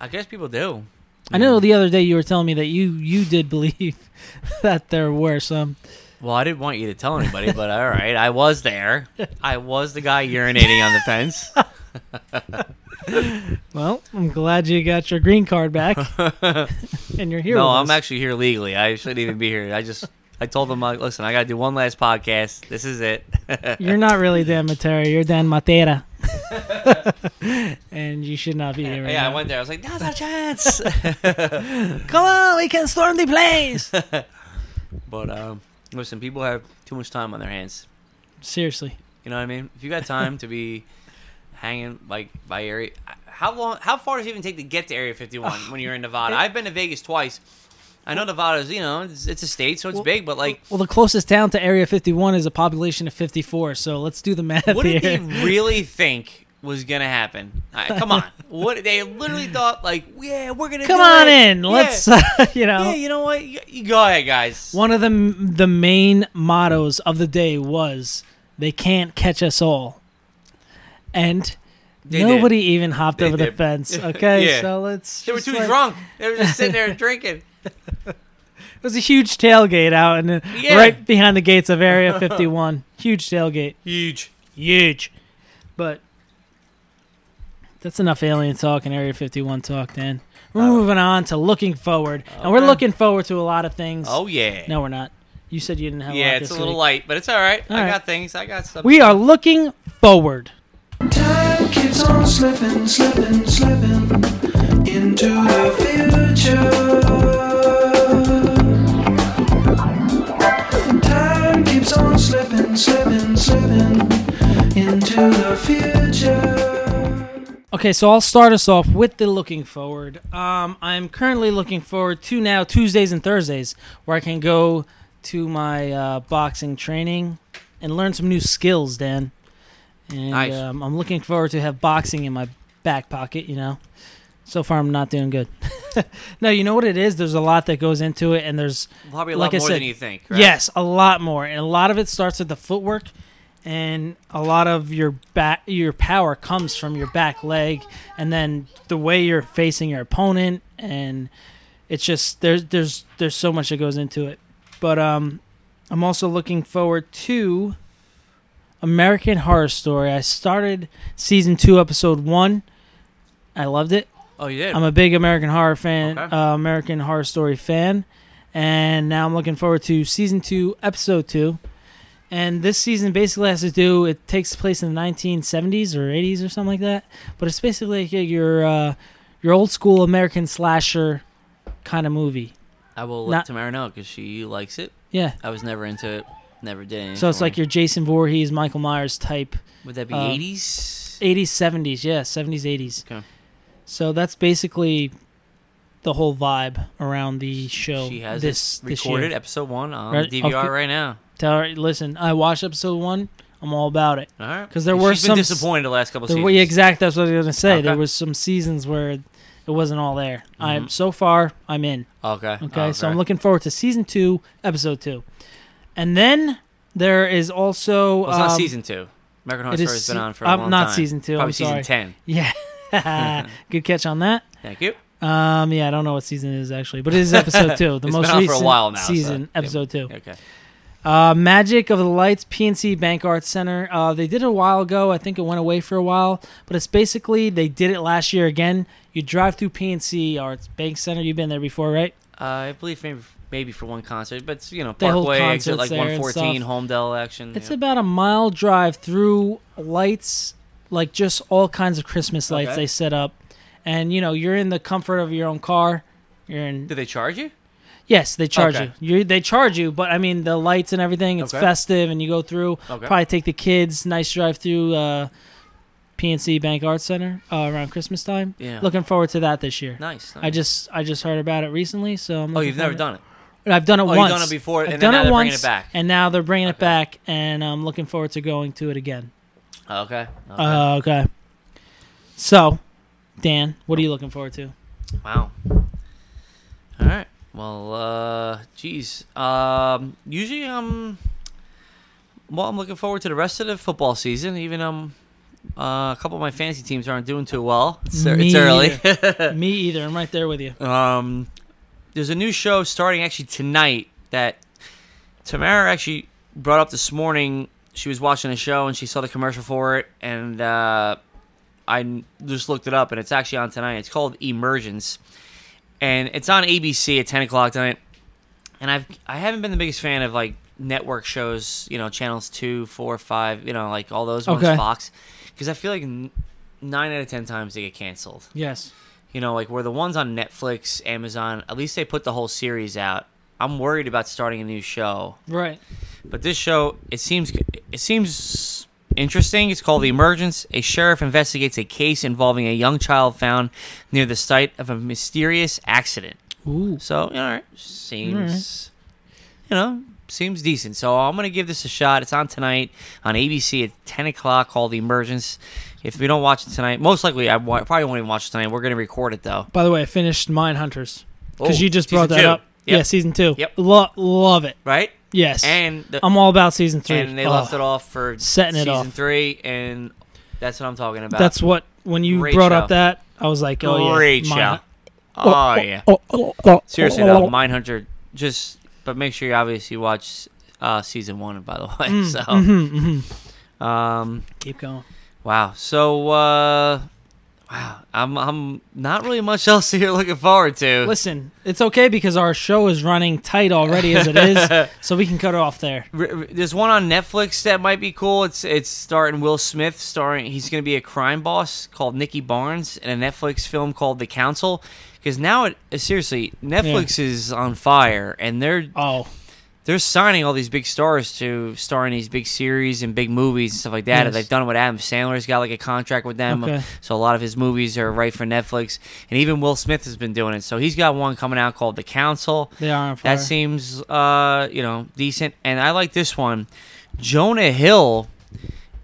I guess people do. I know the other day you were telling me that you you did believe that there were some. Well, I didn't want you to tell anybody, but all right, I was there. I was the guy urinating on the fence. Well, I'm glad you got your green card back and you're here. no, with I'm us. actually here legally. I shouldn't even be here. I just, I told them, like, listen, I got to do one last podcast. This is it. You're not really Dan Matera. You're Dan Matera. and you should not be here. Right yeah, I now. went there. I was like, now's our chance. Come on, we can storm the place. but um, listen, people have too much time on their hands. Seriously, You know what I mean? If you got time to be hanging like by area, I- How long? How far does it even take to get to Area 51 when you're in Nevada? I've been to Vegas twice. I know Nevada's, you know, it's, it's a state, so it's big, but like, Well, the closest town to Area 51 is a population of 54, so let's do the math what here. did they really think was gonna happen? All right, come on, what they literally thought, like, yeah, we're gonna Come do on it. in. Yeah. Let's, uh, you know. Yeah, you know what? You, you go ahead, guys. One of the the main mottos of the day was "They can't catch us all," and They nobody even hopped They over the did. fence. Okay, Yeah. so let's. They were just, too like- drunk. They were just sitting there drinking. It was a huge tailgate out and uh, Yeah. right behind the gates of Area 51. huge tailgate, Huge. huge. But that's enough alien talk and Area 51 talk. Then we're moving on to looking forward, and we're Oh. Okay. looking forward to a lot of things. Oh yeah. no, we're not. You said you didn't have. yeah, lot it's a this little week. light, but it's all right. All I right. got things. I got stuff. We are looking forward. Time keeps on slipping, slipping, slipping into the future. Time keeps on slipping, slipping, slipping into the future. Okay, so I'll start us off with the looking forward. Um, I'm currently looking forward to now Tuesdays and Thursdays, where I can go to my uh, boxing training and learn some new skills, Dan. And Nice. um, I'm looking forward to have boxing in my back pocket. You know, so far I'm not doing good. no, you know what it is. There's a lot that goes into it, and there's probably a like lot I more said, than you think. Right? Yes, a lot more, and a lot of it starts with the footwork, and a lot of your back, your power comes from your back leg, and then the way you're facing your opponent, and it's just there's there's there's so much that goes into it. But um, I'm also looking forward to American Horror Story. I started season two, episode one. I loved it. Oh, you did. I'm a big American Horror fan, Okay. uh, American Horror Story fan, and now I'm looking forward to season two, episode two. And this season basically has to do. It takes place in the 1970s or 80s or something like that. But it's basically like your uh, your old school American slasher kind of movie. I will let Not- Tamara know because she likes it. Yeah. I was never into it. Never did. Anything So it's for like me. your Jason Voorhees, Michael Myers type Would that be uh, 80s? 80s, 70s. Yeah, 70s, 80s. Okay. So that's basically the whole vibe around the show. She has this it this year. recorded episode one on Right, the DVR okay. right now. Tell her, listen, I watched episode one. I'm all about it. All right. 'Cause there were She's some been s- disappointed the last couple The seasons. way exact, that's what I was gonna say. There Okay. Mm-hmm. was some seasons where it wasn't all there. I'm so far, I'm in. Okay. Okay, so I'm looking forward to season two, episode two, and then there is also Well, it's not um, season two. American Horror it is Story has been se- on for um, a long not time. season two, Probably I'm season sorry. ten. Yeah, good catch on that. Thank you. Um, yeah, I don't know what season it is actually, but it is episode two, the It's most been on for a recent while now, so- season, yeah. episode two. Okay. Uh, Magic of the Lights, PNC Bank Arts Center. Uh, they did it a while ago. I think it went away for a while, but it's basically they did it last year again. You drive through PNC Arts Bank Center. You've been there before, right? Uh, I believe maybe maybe for one concert, but it's, you know They hold Parkway exit concerts like there and 114, stuff. Homedale action. It's yeah. about a mile drive through lights, like just all kinds of Christmas lights Okay. they set up, and you know you're in the comfort of your own car. You're in Do they charge you? Yes, they charge Okay. you. you. They charge you, but I mean the lights and everything. It's Okay. festive, and you go through. Okay. Probably take the kids. Nice drive through uh, PNC Bank Arts Center uh, around Christmas time. Yeah. Looking forward to that this year. Nice. nice. I just I just heard about it recently, so I'm Oh, you've never done it. it. I've done it Oh, you've once. done it before, I've and then done now it they're once, bringing it back. and now they're bringing it back, and I'm looking forward to going to it again. Okay. okay. Uh, okay. So, Dan, what are you looking forward to? Wow. All right. Well, uh, geez. Um, usually, um, well, I'm looking forward to the rest of the football season. Even um, uh, a couple of my fantasy teams aren't doing too well. It's, it's Me early. Me either. I'm right there with you. um, there's a new show starting actually tonight that Tamara actually brought up this morning. She was watching a show and she saw the commercial for it, and uh, I n- just looked it up, and it's actually on tonight. It's called Emergence, and it's on ABC at 10 o'clock tonight. And I've I haven't been the biggest fan of like network shows, you know, channels two, four, five, you know, like all those ones, Okay. Fox, because I feel like n- nine out of ten times they get canceled Yes. you know, like where the ones on Netflix, Amazon, at least they put the whole series out. I'm worried about starting a new show, Right. but this show, it seems, it seems Interesting. It's called The Emergence. A sheriff investigates a case involving a young child found near the site of a mysterious accident. Ooh. So, all right, seems you know seems decent. So I'm gonna give this a shot. It's on tonight on ABC at 10 o'clock. Called The Emergence. If we don't watch it tonight, most likely I wa- probably won't even watch it tonight. We're gonna record it though. By the way, I finished Mine Hunters because Oh, you just season brought that two. up. Yep. Yeah, season two. Yep. Lo- love it. Right? Yes. And the, I'm all about season three. and they Oh, left it off for Setting it season off. three, and that's what I'm talking about. That's what when you Great brought show. up that I was like, oh great yeah, Mine show. Hunt- Oh yeah. Oh, oh, oh, Seriously oh, though, oh. Mindhunter just but make sure you obviously watch uh season one by the way. Mm, so mm-hmm, um Keep going. wow. So uh wow. I'm I'm not really much else here looking forward to. Listen, it's okay because our show is running tight already as it is, so we can cut it off there. R- r- There's one on Netflix that might be cool. It's it's starring Will Smith, starring he's going to be a crime boss called Nicky Barnes in a Netflix film called The Council. Because now it uh, seriously Netflix is on fire and they're Oh, they're signing all these big stars to star in these big series and big movies and stuff like that. Yes. They've done it with Adam Sandler's got like a contract with them, Okay. so a lot of his movies are right for Netflix. And even Will Smith has been doing it, so he's got one coming out called The Council. they are on fire. That seems, uh, you know, decent. And I like this one. Jonah Hill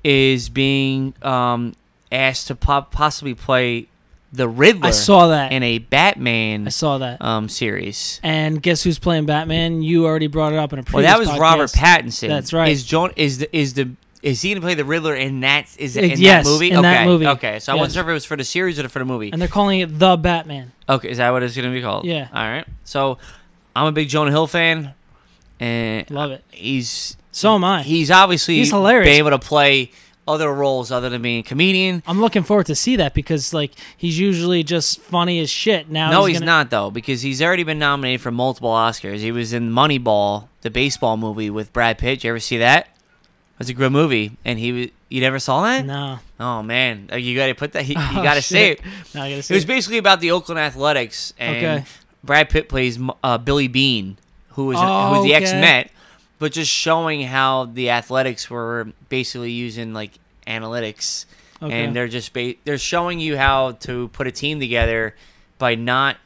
is being um, asked to po- possibly play the Riddler I saw that. in a Batman I saw that. um, series. and guess who's playing Batman? You already brought it up in a Well, previous. that was podcast. Robert Pattinson. That's right. Is John is the is the is he gonna play the Riddler in that is it Uh, in yes, that movie? in okay. that movie. Okay, so I wasn't Yes. sure if it was for the series or for the movie. and they're calling it the Batman. okay, is that what it's gonna be called? Yeah. All right. So I'm a big Jonah Hill fan, and Love it. he's So am I. he's obviously He's hilarious. Been able to play other roles other than being a comedian. I'm looking forward to see that because like he's usually just funny as shit. Now No, he's, gonna- not though, because he's already been nominated for multiple Oscars. He was in Moneyball, the baseball movie with Brad Pitt. You ever see that? It's a good movie, and he was. You never saw that? No, Oh man, Uh, you got to put that. He, you Oh, got to say shit. it. No, I gotta It see was it. basically about the Oakland Athletics, and Okay. Brad Pitt plays uh, Billy Bean, who was Oh, who was the ex okay. Met, but just showing how the Athletics were basically using like analytics, Okay. and they're just ba- they're showing you how to put a team together by not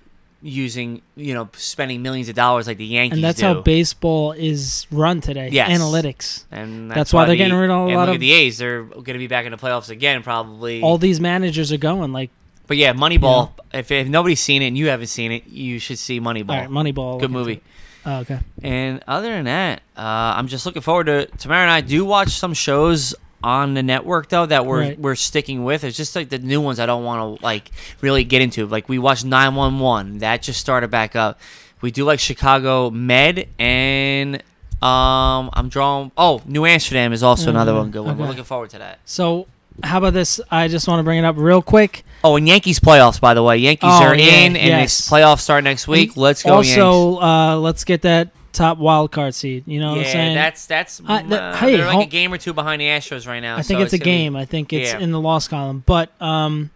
using you know spending millions of dollars like the Yankees and that's do. how baseball is run today. Yes. Analytics. and that's why they're the- getting rid of a and lot look of- at the A's. They're going to be back in the playoffs again, probably. All these managers are going like, But yeah, Moneyball. If, if nobody's seen it and you haven't seen it, you should see all Moneyball. right, Moneyball. Oh, Good look into movie. it. Oh, okay. And other than that, uh, I'm just looking forward to tomorrow night. Do watch some shows on the network though that we're Right. we're sticking with. It's just like the new ones I don't want to like really get into. Like we watched 911. That just started back up. We do like Chicago Med and um I'm drawing. Oh, New Amsterdam is also another one good one. We're Mm-hmm. Okay. looking forward to that. So how about this? I just want to bring it up real quick. Oh, and Yankees playoffs by the way. Yankees Oh, are yeah, in and yes. it's playoffs start next week. Let's go Yankees. Also, uh, let's get that top wild card seed. You know what I'm yeah, saying? that's that's. I- mm, that- uh, hey, they're like hol- a game or two behind the Astros right now. I think so it's a gonna be- game. I think it's yeah. in the loss column. But um,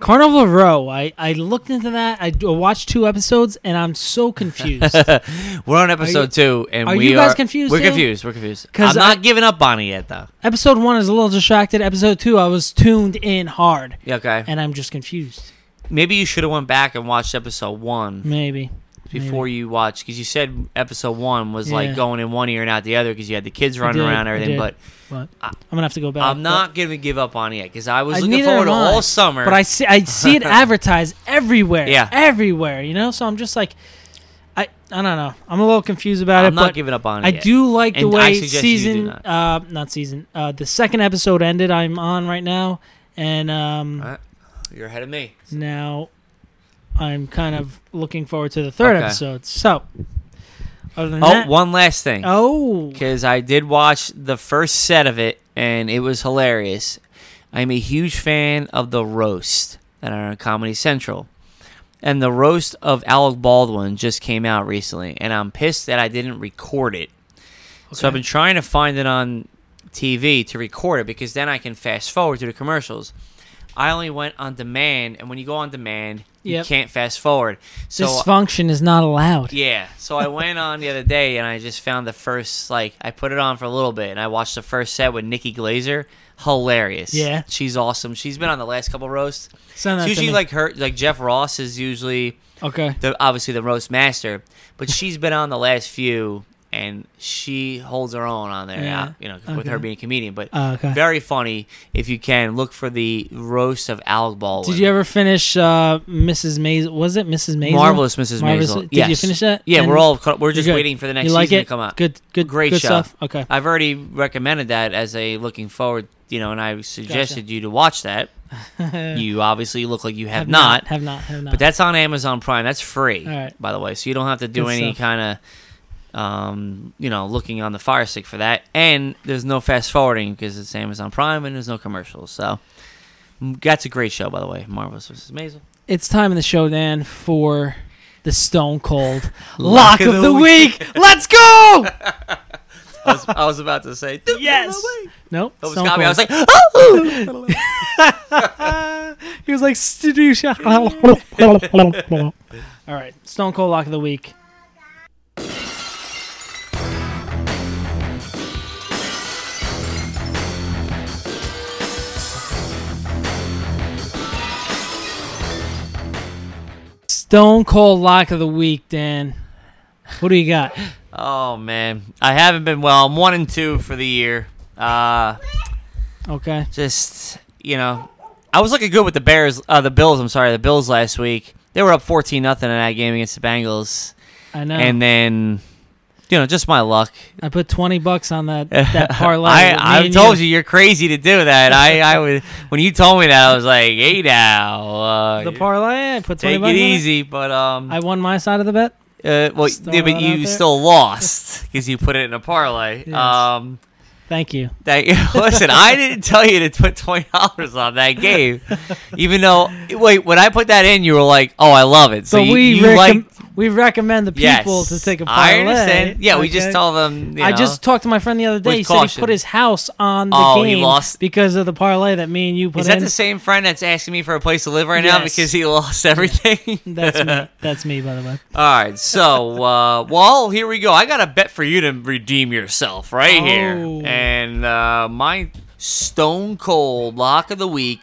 Carnival Row, I, I looked into that. I d- watched two episodes, and I'm so confused. we're on episode two, and are we you guys confused We're too? confused. We're confused. 'Cause I'm I- not giving up on it yet, though. episode one is a little distracted. Episode two, I was tuned in hard, Yeah, Okay, and I'm just confused. maybe you should have went back and watched episode one Maybe. before you watched, because you said episode one was Yeah. like going in one ear and out the other, because you had the kids running did, around and I everything. did. But But I'm gonna have to go back. I'm but- not gonna give up on it yet, because I was I- looking neither forward to am I. all summer. But I see, I see it advertised everywhere. Yeah. everywhere. You know, so I'm just like, I, I don't know. I'm a little confused about it. I'm not but giving up on it. I yet. do like the And I way suggest you do season, not. uh, not season, uh, the second episode ended. I'm on right now, and um, All right. You're ahead of me. now I'm kind of looking forward to the third Okay. episode. So, other than Oh, that, one last thing. oh, because I did watch the first set of it and it was hilarious. I'm a huge fan of the roast that are on Comedy Central, and the roast of Alec Baldwin just came out recently, and I'm pissed that I didn't record it. So I've been trying to find it on TV to record it because then I can fast forward to the commercials. I only went on demand, and when you go on demand, Yep. You can't fast forward. So uh, Dysfunction is not allowed. yeah, so I went on the other day and I just found the first like I put it on for a little bit and I watched the first set with Nikki Glazer. Hilarious. Yeah. she's awesome. She's been on the last couple roasts. Send that It's to usually me. like her, like Jeff Ross is usually okay. the obviously the roast master, but she's been on the last few and she holds her own on there. Yeah. uh, you know, with her Okay. being a comedian, but Oh, okay. very funny. If you can look for the roast of Al Baldwin. Did you ever finish uh, Mrs. Maisel? Was it Mrs. Maisel? Marvelous Mrs. Marvelous- Maisel. Did you Yes. finish that? Yeah, And we're all we're just you're good. waiting for the next you like season it? to come out. Good, good, Great good show. stuff. Okay, I've already recommended that as a looking forward, you know, and I suggested you to watch that. you obviously look like you have, not, have not, have not. but that's on Amazon Prime. That's free, All right. by the way, so you don't have to do Good any stuff. kind of, um, you know, looking on the Fire Stick for that. And there's no fast forwarding because it's Amazon Prime and there's no commercials. So m- that's a great show, by the way. Marvelous Mrs. Maisel. it's time in the show, Dan, for the Stone Cold Lock Lock of of the the Week. Let's go! I was, I was about to say Yes. Nope. That was Stone got me. I Cold. was like, oh. he was like, "Stoosh." all right, Stone Cold Lock of the Week. Stone Cold Lock of the Week, Dan. What do you got? Oh man, I haven't been well. I'm one and two for the year. Uh, Okay. just you know, I was looking good with the Bears, uh, the Bills. I'm sorry, the Bills last week. They were up 14 nothing in that game against the Bengals, I know. and then you know, just my luck. I put 20 bucks on that, that parlay. with me I I and told you you're crazy to do that. I I would when you told me that I was like, hey now, uh, The parlay, I put 20 take bucks it on it. easy, but um, I won my side of the bet. uh, well, Just yeah, throwing but that out you there. still lost because you put it in a parlay. Yes. Um. Thank you. That listen, I didn't tell you to put twenty dollars on that game, even though wait, when I put that in, you were like, "Oh, I love it." So but you, we you recom- like we recommend the yes, people to take a I parlay. understand. Yeah, we just okay? tell them. You I know, just talked to my friend the other day. With He said he caution. put his house on the Oh, he game lost- because of the parlay that me and you put is that in. the same friend that's asking me for a place to live right now Yes. because he lost everything? That's me. That's me, by the way. All right, so uh, well, here we go. I got a bet for you to redeem yourself right Oh. here, and uh, my stone cold lock of the week,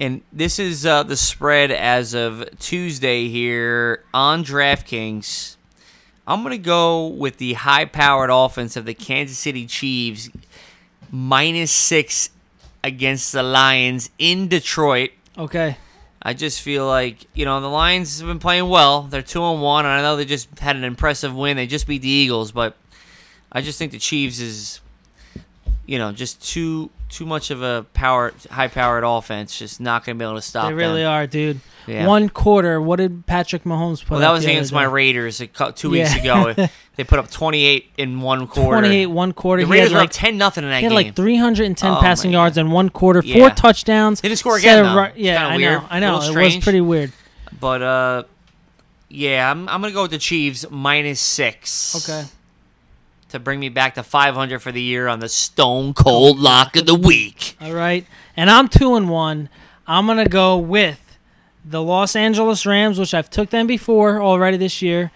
and this is uh, the spread as of Tuesday here on DraftKings. I'm gonna go with the high-powered offense of the Kansas City Chiefs, minus six against the Lions in Detroit. Okay. I just feel like you know the Lions have been playing well. They're two and one, and I know they just had an impressive win. They just beat the Eagles, but I just think the Chiefs is, you know, just too too much of a power high powered offense. Just not going to be able to stop. They really them. are, dude. Oh, Yeah. One quarter. What did Patrick Mahomes put? Well, that up was the other against my day? Raiders a cou- two Yeah. weeks ago. they put up twenty eight in one quarter. 28 one quarter. The he had Raiders were like up ten nothing in that he had game. like 310 Oh, my passing yards in one quarter, Yeah. four touchdowns. They didn't score set again, a though. ru- It's Yeah, kinda I weird, know. I know. a It little was strange. pretty weird. but uh, yeah, I'm I'm gonna go with the Chiefs minus six. Okay. to bring me back to 500 for the year on the Stone Oh. Cold Lock of the Week. All right. And I'm two and one. I'm gonna go with the Los Angeles Rams, which I've took them before already this year,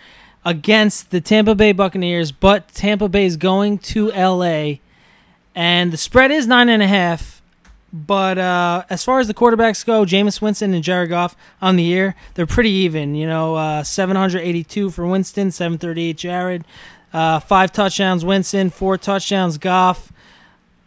against the Tampa Bay Buccaneers, but Tampa Bay is going to LA. And the spread is nine and a half. But uh, as far as the quarterbacks go, Jameis Winston and Jared Goff on the year, they're pretty even. You know, uh, 782 for Winston, 738 Jared, uh, five touchdowns Winston, four touchdowns Goff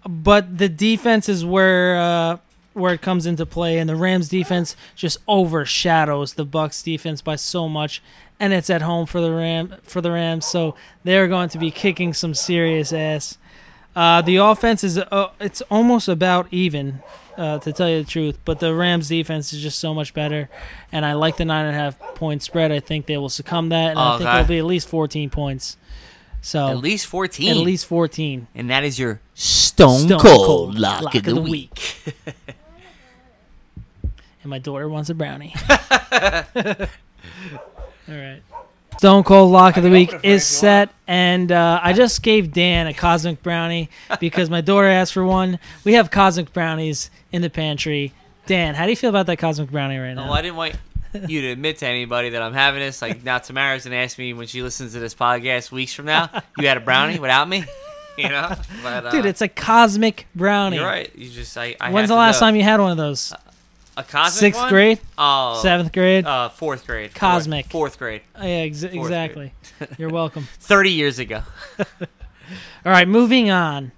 but the defense is where uh, where it comes into play, and the Rams defense just overshadows the Bucks defense by so much, and it's at home for the Ram for the Rams, so they're going to be kicking some serious ass. Uh, the offense is uh, it's almost about even, uh, to tell you the truth. But the Rams defense is just so much better, and I like the nine and a half point spread. I think they will succumb that, and I think Oh, Okay. it'll be at least fourteen points. So At least 14. Oh. at least fourteen. And that is your Stone, Stone Cold, Cold Lock, of the, Week. and my daughter wants a brownie. All right. Stone Cold Lock of the Week is set, and uh, I just gave Dan a cosmic brownie because my daughter asked for one. We have cosmic brownies in the pantry. Dan, how do you feel about that cosmic brownie right Oh, now? I didn't want. you to admit to anybody that I'm having this. Like now, Tamara's gonna ask me when she listens to this podcast weeks from now, you had a brownie without me, you know? But, uh, Dude, it's a cosmic brownie. you're right. You just I. I When's have the to last know. time you had one of those? A cosmic Sixth one? grade? Oh, Seventh grade? Uh, fourth grade. Fourth- Cosmic. Fourth grade. yeah, ex- grade. exactly. You're welcome. Thirty years ago. All right, moving on.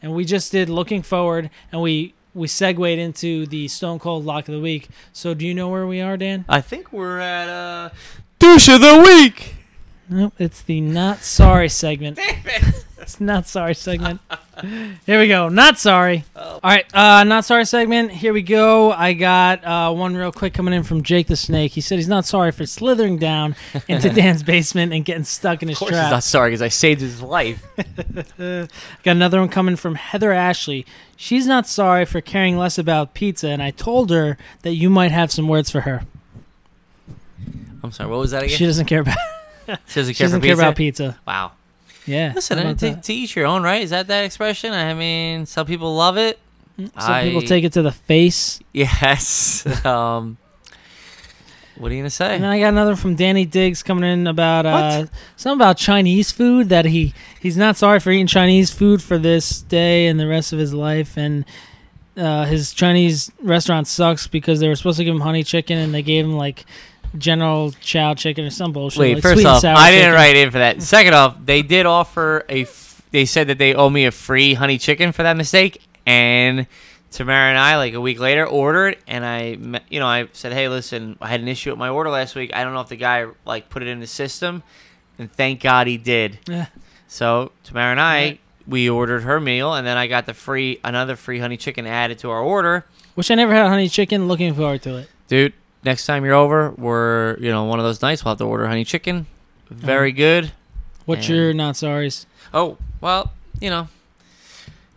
And we just did looking forward, and we we segued into the Stone Cold Lock of the Week. So, do you know where we are, Dan? I think we're at uh, douche of the week. Nope, it's the not sorry segment. It's not sorry segment. Here we go. Not sorry. Oh. All right. Uh, not sorry segment. Here we go. I got uh, one real quick coming in from Jake the Snake. He said he's not sorry for slithering down into Dan's basement and getting stuck in his Of course, he's trap. not sorry because I saved his life. Got another one coming from Heather Ashley. She's not sorry for caring less about pizza, and I told her that you might have some words for her. I'm sorry. What was that again? She doesn't care about. She doesn't She doesn't care about pizza. Wow. Yeah. Listen, how I about to, that? to each your own, right? Is that that expression? I mean, some people love it. some people take it to the face. Yes. um, what are you gonna say? And then I got another from Danny Diggs coming in about uh, What? something about Chinese food that he he's not sorry for eating Chinese food for this day and the rest of his life, and uh, his Chinese restaurant sucks because they were supposed to give him honey chicken and they gave him like General Chow chicken or some bullshit. Wait, like first sweet and off, sour I didn't chicken. write in for that. Second off, they did offer a. F- they said that they owe me a free honey chicken for that mistake, and Tamara and I, like a week later, ordered, and I, me- you know, I said, hey, listen, I had an issue with my order last week. I don't know if the guy like put it in the system, and thank God he did. Yeah. So Tamara and I, Right. we ordered her meal, and then I got the free another free honey chicken added to our order. Wish I never had honey chicken. Looking forward to it. Dude, next time you're over, we're you know one of those nights we'll have to order honey chicken. Very Uh-huh. good. What's Yeah. your not sorries? Oh well, you know,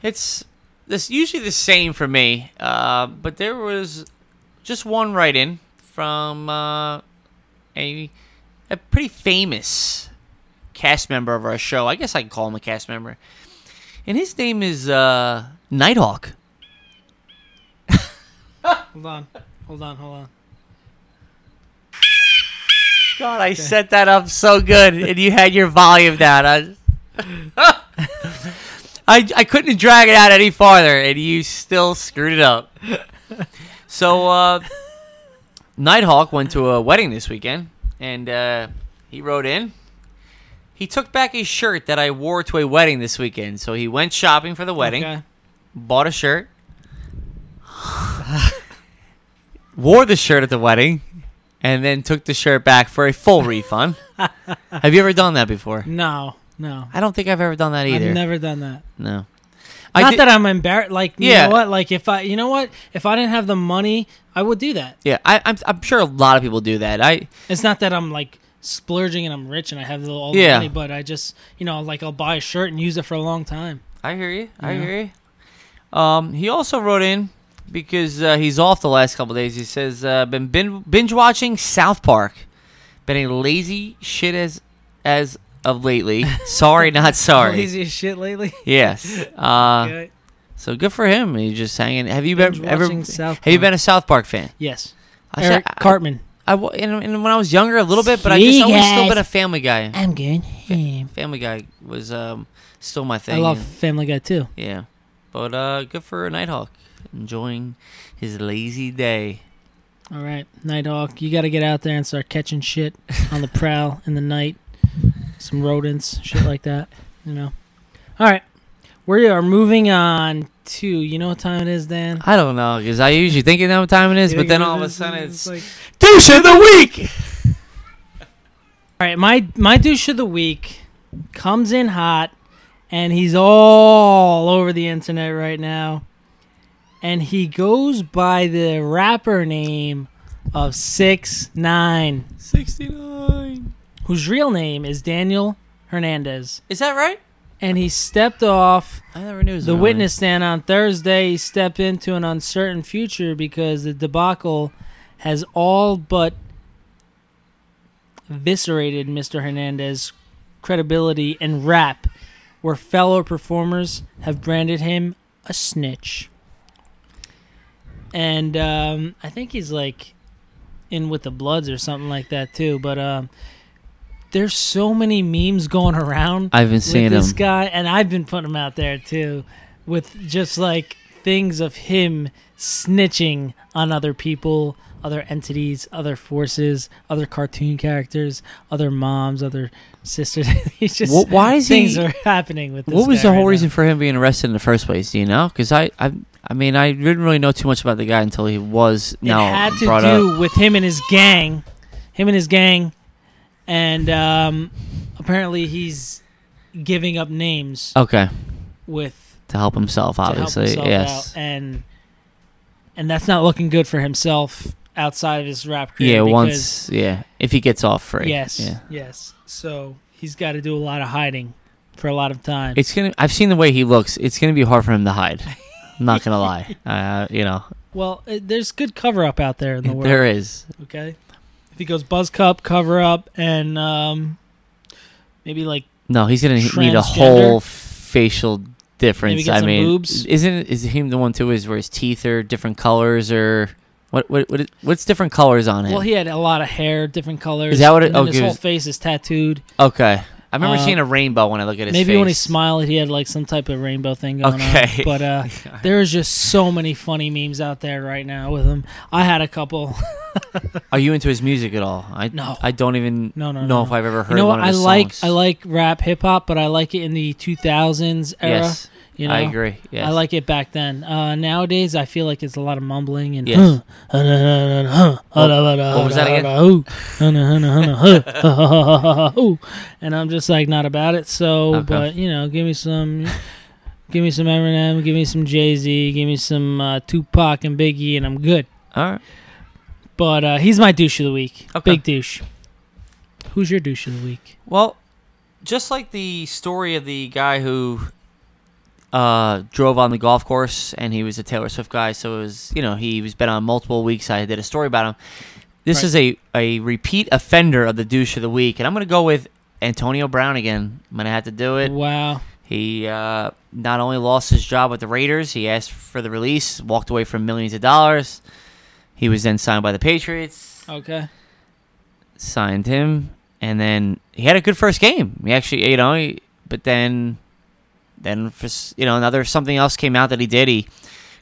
it's this usually the same for me. Uh, but there was just one write in from uh, a a pretty famous cast member of our show. I guess I can call him a cast member, and his name is uh, Nighthawk. Hold on, hold on, hold on. God, I set that up so good, and you had your volume down. I, I, I couldn't drag it out any farther, and you still screwed it up. So, uh, Nighthawk went to a wedding this weekend, and uh, he wrote in. He took back a shirt that I wore to a wedding this weekend. So he went shopping for the wedding Okay. bought a shirt, wore the shirt at the wedding, and then took the shirt back for a full refund. Have you ever done that before? No, no, I don't think I've ever done that either. I've never done that. no. Not did- that I'm embarrassed. Like, Yeah. you know what? Like, if I, you know what? If I didn't have the money, I would do that. Yeah, I, I'm, I'm sure a lot of people do that. I It's not that I'm like splurging and I'm rich and I have the, all the Yeah. money, but I just, you know, like I'll buy a shirt and use it for a long time. I hear you. I Yeah. hear you. Um, he also wrote in because uh, he's off the last couple days. He says, uh, "Been bin- binge watching South Park. Been a lazy shit as as of lately. Sorry, not sorry. Lazy as shit lately. Yes. Uh, Okay. so good for him. He's just hanging. Have you Binge been ever? watching South Have you Park. been a South Park fan? Yes. I Eric said- I- Cartman. I, wa- and, and when I was younger, a little bit, but I just Hey, always still guys. been a Family Guy. I'm good. Family Guy was um still my thing. I love Family Guy too. Yeah, but uh, good for Nighthawk enjoying his lazy day. All right, Nighthawk, you got to get out there and start catching shit on the prowl in the night. Some rodents, shit like that, you know. All right, we are moving on to, you know what time it is, Dan? I don't know because I usually think you know what time it is, Yeah, but then it all of a is- sudden it's like- douche of the week. All right, my my douche of the week comes in hot, and he's all over the internet right now, and he goes by the rapper name of Six Nine, Sixty nine. whose real name is Daniel Hernandez, Is that right? and he stepped off I never knew. It was the around witness stand on Thursday. He stepped into an uncertain future because the debacle has all but eviscerated Mr. Hernandez's credibility in rap, where fellow performers have branded him a snitch. And um, I think he's like in with the Bloods or something like that too. But um, there's so many memes going around. I've been with seeing this them. guy, and I've been putting him out there too, with just like things of him snitching on other people, other entities, other forces, other cartoon characters, other moms, other sisters. He's just Wh- why is things he- are happening with this. What was guy the right whole now. reason for him being arrested in the first place? Do you know? Because I, I, I mean, I didn't really know too much about the guy until he was now it had to brought do up. with him and his gang, him and his gang, and um, apparently he's giving up names Okay, with to help himself, to obviously. help himself yes. out, and and that's not looking good for himself outside of his rap career. Yeah. because- Once. Yeah. If he gets off free. yes, Yeah. yes. So he's got to do a lot of hiding for a lot of time. It's gonna. I've seen the way he looks. It's gonna be hard for him to hide. I'm not gonna lie. Uh, you know, well, uh, there's good cover up out there in the world. there is. Okay, if he goes buzz cup, cover up, and um, maybe like. No, he's gonna need a whole Transgender? facial difference. get I some mean, boobs? isn't is him the one too? Is where his teeth are different colors or what? What? what what's different colors on him? Well, he had a lot of hair, different colors. Is that what it- and then okay, His whole is- face is tattooed. okay, I remember Uh, seeing a rainbow when I look at his. Maybe when he face. smiled, he had like some type of rainbow thing going Okay. on. But uh, there is just so many funny memes out there right now with him. I had a couple. Are you into his music at all? I No. I don't even No, no, know no, if no. I've ever heard you know one what? of I his like songs. I like rap hip hop, but I like it in the 2000s era. Yes, you know? I agree. Yes. I like it back then. Uh, nowadays, I feel like it's a lot of mumbling and. Yes. What was was that again? And I'm just like not about it. So, Okay. but you know, give me some, give me some Eminem, give me some Jay Z, give me some uh, Tupac and Biggie, and I'm good. All right. But uh, he's my douche of the week. Okay. Big douche. Who's your douche of the week? Well, just like the story of the guy who uh, drove on the golf course, and he was a Taylor Swift guy, so it was you know he was been on multiple weeks. I did a story about him. This Right. is a a repeat offender of the douche of the week, and I'm gonna go with Antonio Brown again. I'm gonna have to do it. Wow. He uh, not only lost his job with the Raiders, he asked for the release, walked away from millions of dollars. He was then signed by the Patriots Okay. signed him, and then he had a good first game. He actually, you know, he, but then, then for s- you know another something else came out that he did. He,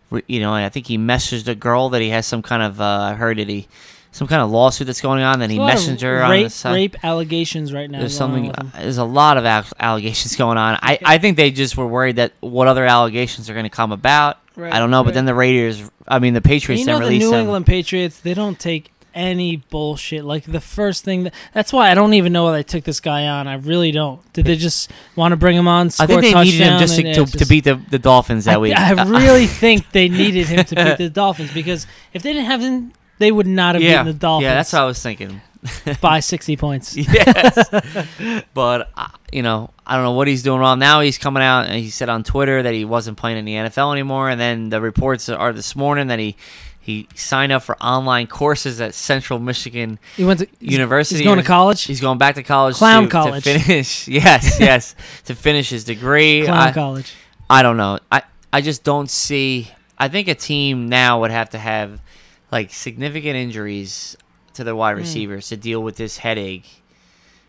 re- you know, and I think he messaged a girl that he has some kind of. Uh, I heard that he, some kind of lawsuit that's going on. Then he There's a lot of messaged her on rape, the side. rape allegations right now. There's going on something. uh, with him. There's a lot of al- allegations going on. I, I think they just were worried that what other allegations are going to come about. Right, I don't know, right. but then the Raiders, I mean the Patriots, you then know the released New him. England Patriots, they don't take any bullshit. Like the first thing that, that's why I don't even know why they took this guy on. I really don't. Did they just want to bring him on? Score I think they touchdown needed him just to, and, yeah, to, to just- beat Uh, the, the Dolphins that I, week. I really think they needed him to beat the Dolphins because if they didn't have him, they would not have beaten the Dolphins Yeah, that's what I was thinking. by sixty points. yes. but, uh, you know, I don't know what he's doing wrong. Now he's coming out and he said on Twitter that he wasn't playing in the NFL anymore. And then the reports are this morning that he, he signed up for online courses at Central Michigan He went to he's- University. He's going to college. He's going back to college. Clown to, college. To finish. Yes, yes. to finish his degree. Clown I- college. I don't know. I I just don't see. I think a team now would have to have like significant injuries to their Hmm. wide receivers to deal with this headache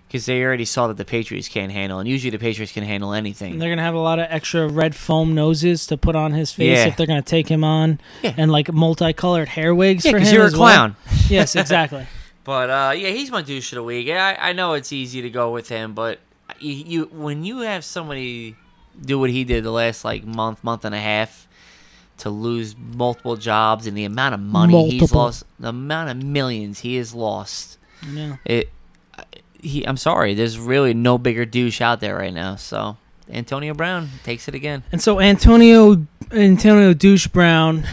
because they already saw that the Patriots can't handle, and usually the Patriots can handle anything. And they're gonna have a lot of extra red foam noses to put on his face Yeah. if they're gonna take him on, Yeah. and like multicolored hair wigs yeah, for because him. you're a as well. clown. Yes, exactly. But uh, yeah, he's my douche of the week. I, I know it's easy to go with him, but you, you when you have somebody do what he did the last like month, month and a half to lose multiple jobs and the amount of money he's Multiple. lost, the amount of millions he has lost. Yeah. It uh, he I'm sorry, there's really no bigger douche out there right now. So Antonio Brown takes it again. And so Antonio Antonio Douche Brown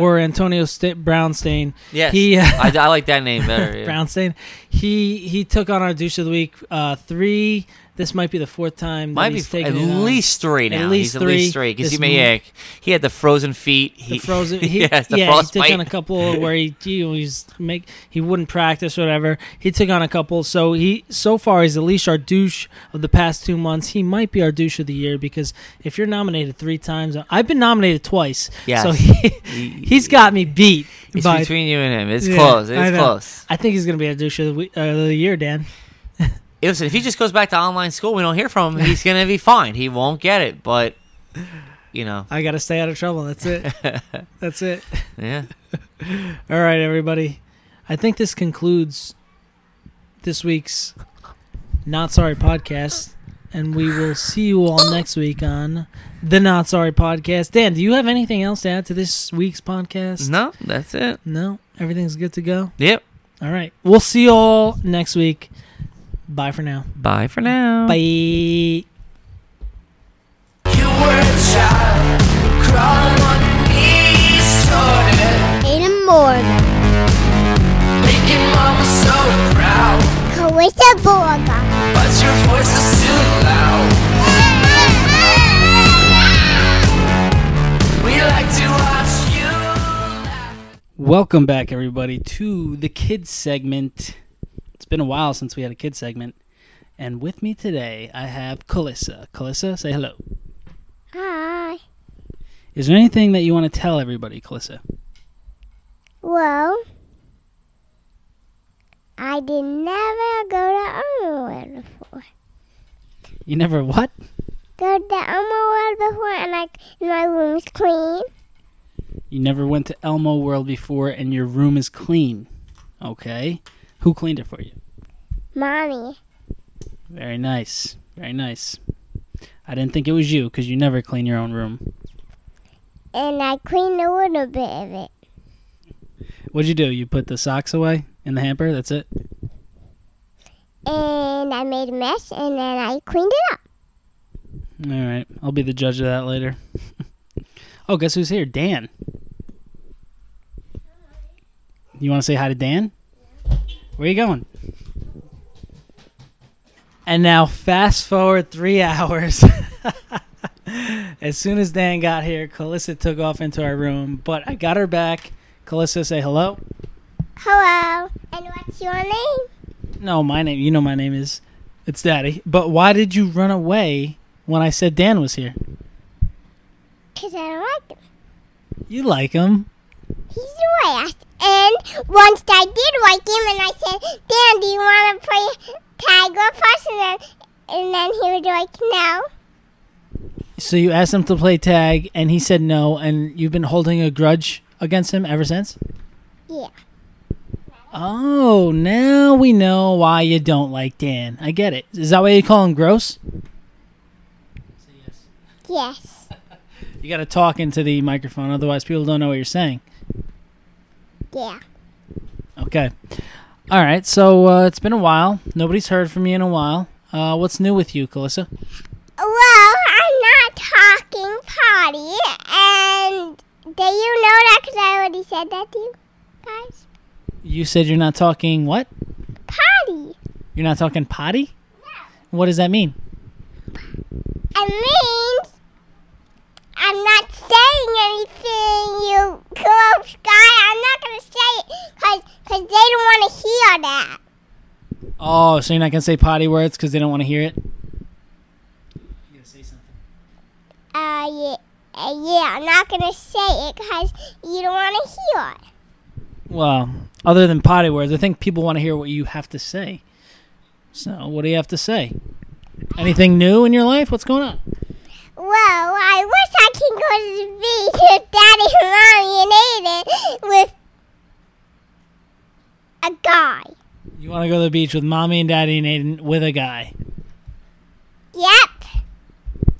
or Antonio St- Brownstein, Yes. He- uh, I, I like that name better. yeah. Brownstein, he he took on our douche of the week uh, three. This might be the fourth time. That Might be he's f- taken at it on. least three now. least He's at three. least three because he This may yeah, he had the frozen feet. He, the frozen. He, yes, the yeah, he frostbite. took on a couple where he he was make he wouldn't practice or whatever. He took on a couple, so he so far he's at least our douche of the past two months. He might be our douche of the year because if you're nominated three times, I've been nominated twice. Yes. so he He- he's got me beat It's Bye. between you and him. It's Yeah, close. I It's know. close. I think he's gonna be a douche of the, week, uh, the year, Dan. Hey, Listen, if he just goes back to online school, we don't hear from him. He's gonna be fine. He won't get it, but you know, I gotta stay out of trouble. That's it. That's it. yeah. All right, everybody. I think this concludes this week's Not Sorry podcast, and we will see you all next week on the Not Sorry podcast. Dan, do you have anything else to add to this week's podcast? No, that's it. No, everything's good to go. Yep. All right, we'll see you all next week. Bye for now. Bye for now. Bye. You were a child, crawling on your knees toward it, Aiden Morgan, making mama so proud. Carissa Borga. But your voice is still loud. We like to watch you laugh. Welcome back, everybody, to the kids segment. It's been a while since we had a kids segment, and with me today I have Calissa. Calissa, say hello. Hi. Is there anything that you want to tell everybody, Calissa? Well, I did never go to Elmerwood before. You never what? Go to Elmerwood before, and like and my room's clean. You never went to Elmo World before, and your room is clean. Okay. Who cleaned it for you? Mommy, Very nice. Very nice. I didn't think it was you because you never clean your own room. and I cleaned a little bit of it. What'd you do? You put the socks away in the hamper? That's it? And I made a mess, and then I cleaned it up. All right. I'll be the judge of that later. oh, guess who's here? Dan. You want to say hi to Dan? Where you going? And now, fast forward three hours. as soon as Dan got here, Calissa took off into our room, but I got her back. Calissa, say hello. Hello, and what's your name? No, my name. You know my name is. It's Daddy. But why did you run away when I said Dan was here? Because I don't like him. You like him. He's the worst. And once I did like him, and I said, Dan, do you want to play tag with us? And then, and then he was like, no. So you asked him to play tag, and he said no, and you've been holding a grudge against him ever since. Yeah. Oh, now we know why you don't like Dan. I get it. Is that why you call him gross? Yes. You got to talk into the microphone, otherwise people don't know what you're saying. Yeah. Okay. All right. So uh, it's been a while. Nobody's heard from you in a while. Uh, what's new with you, Calissa? Well, I'm not talking potty. And do you know that? Because I already said that to you guys. You said you're not talking what? Potty. You're not talking potty. What does that mean? It means I'm not saying anything, you gross guy. I'm not going to say it because cause they don't want to hear that. Oh, so you're not gonna say potty words because they don't want to hear it. Uh, yeah. Uh, yeah, I'm not gonna say it because you don't want to hear it. Well, other than potty words, I think people want to hear what you have to say. So, what do you have to say? Anything new in your life? What's going on? Well, I wish I could go to the beach with Daddy and Mommy and Aiden with a guy. You want to go to the beach with mommy and daddy and Aiden with a guy. Yep.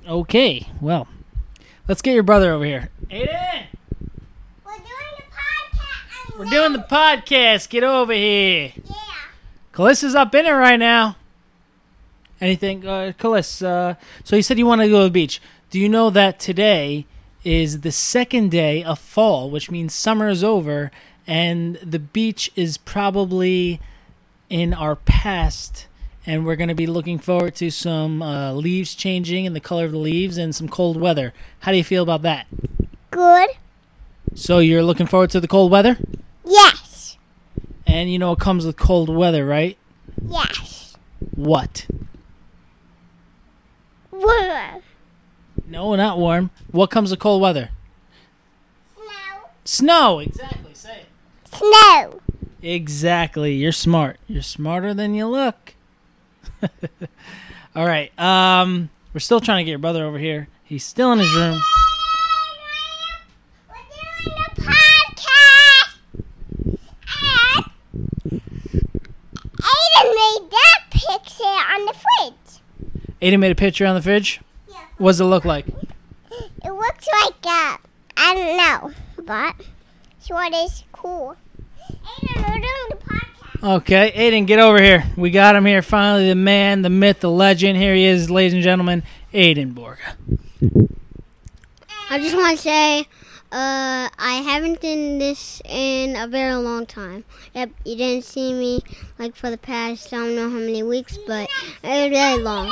Okay, well, let's get your brother over here. Aiden, We're doing the podcast. we're doing the podcast. Get over here. Yeah. Calissa's up in it right now. Anything, uh, Calissa? Uh, so you said you want to go to the beach. Do you know that today is the second day of fall, which means summer is over, and the beach is probably in our past, and we're going to be looking forward to some uh, leaves changing and the color of the leaves and some cold weather. How do you feel about that? Good. So you're looking forward to the cold weather, Yes. and you know it comes with cold weather, right? Yes. What? Warm. No, not warm. What comes with cold weather? Snow. Snow. Exactly. Say it. snow. Exactly. You're smart. You're smarter than you look. All right. Um, we're still trying to get your brother over here. He's still in his room. We're doing a podcast. And Aiden made that picture on the fridge. Aiden made a picture on the fridge. Yeah. What does it look like? It looks like a, I don't know, but it's what is cool. Aiden, we're doing the podcast. Okay, Aiden, get over here. We got him here. Finally, the man, the myth, the legend. Here he is, ladies and gentlemen, Aiden Borga. I just want to say, uh, I haven't done this in a very long time. Yep, you didn't see me like for the past I don't know how many weeks, but it was really long.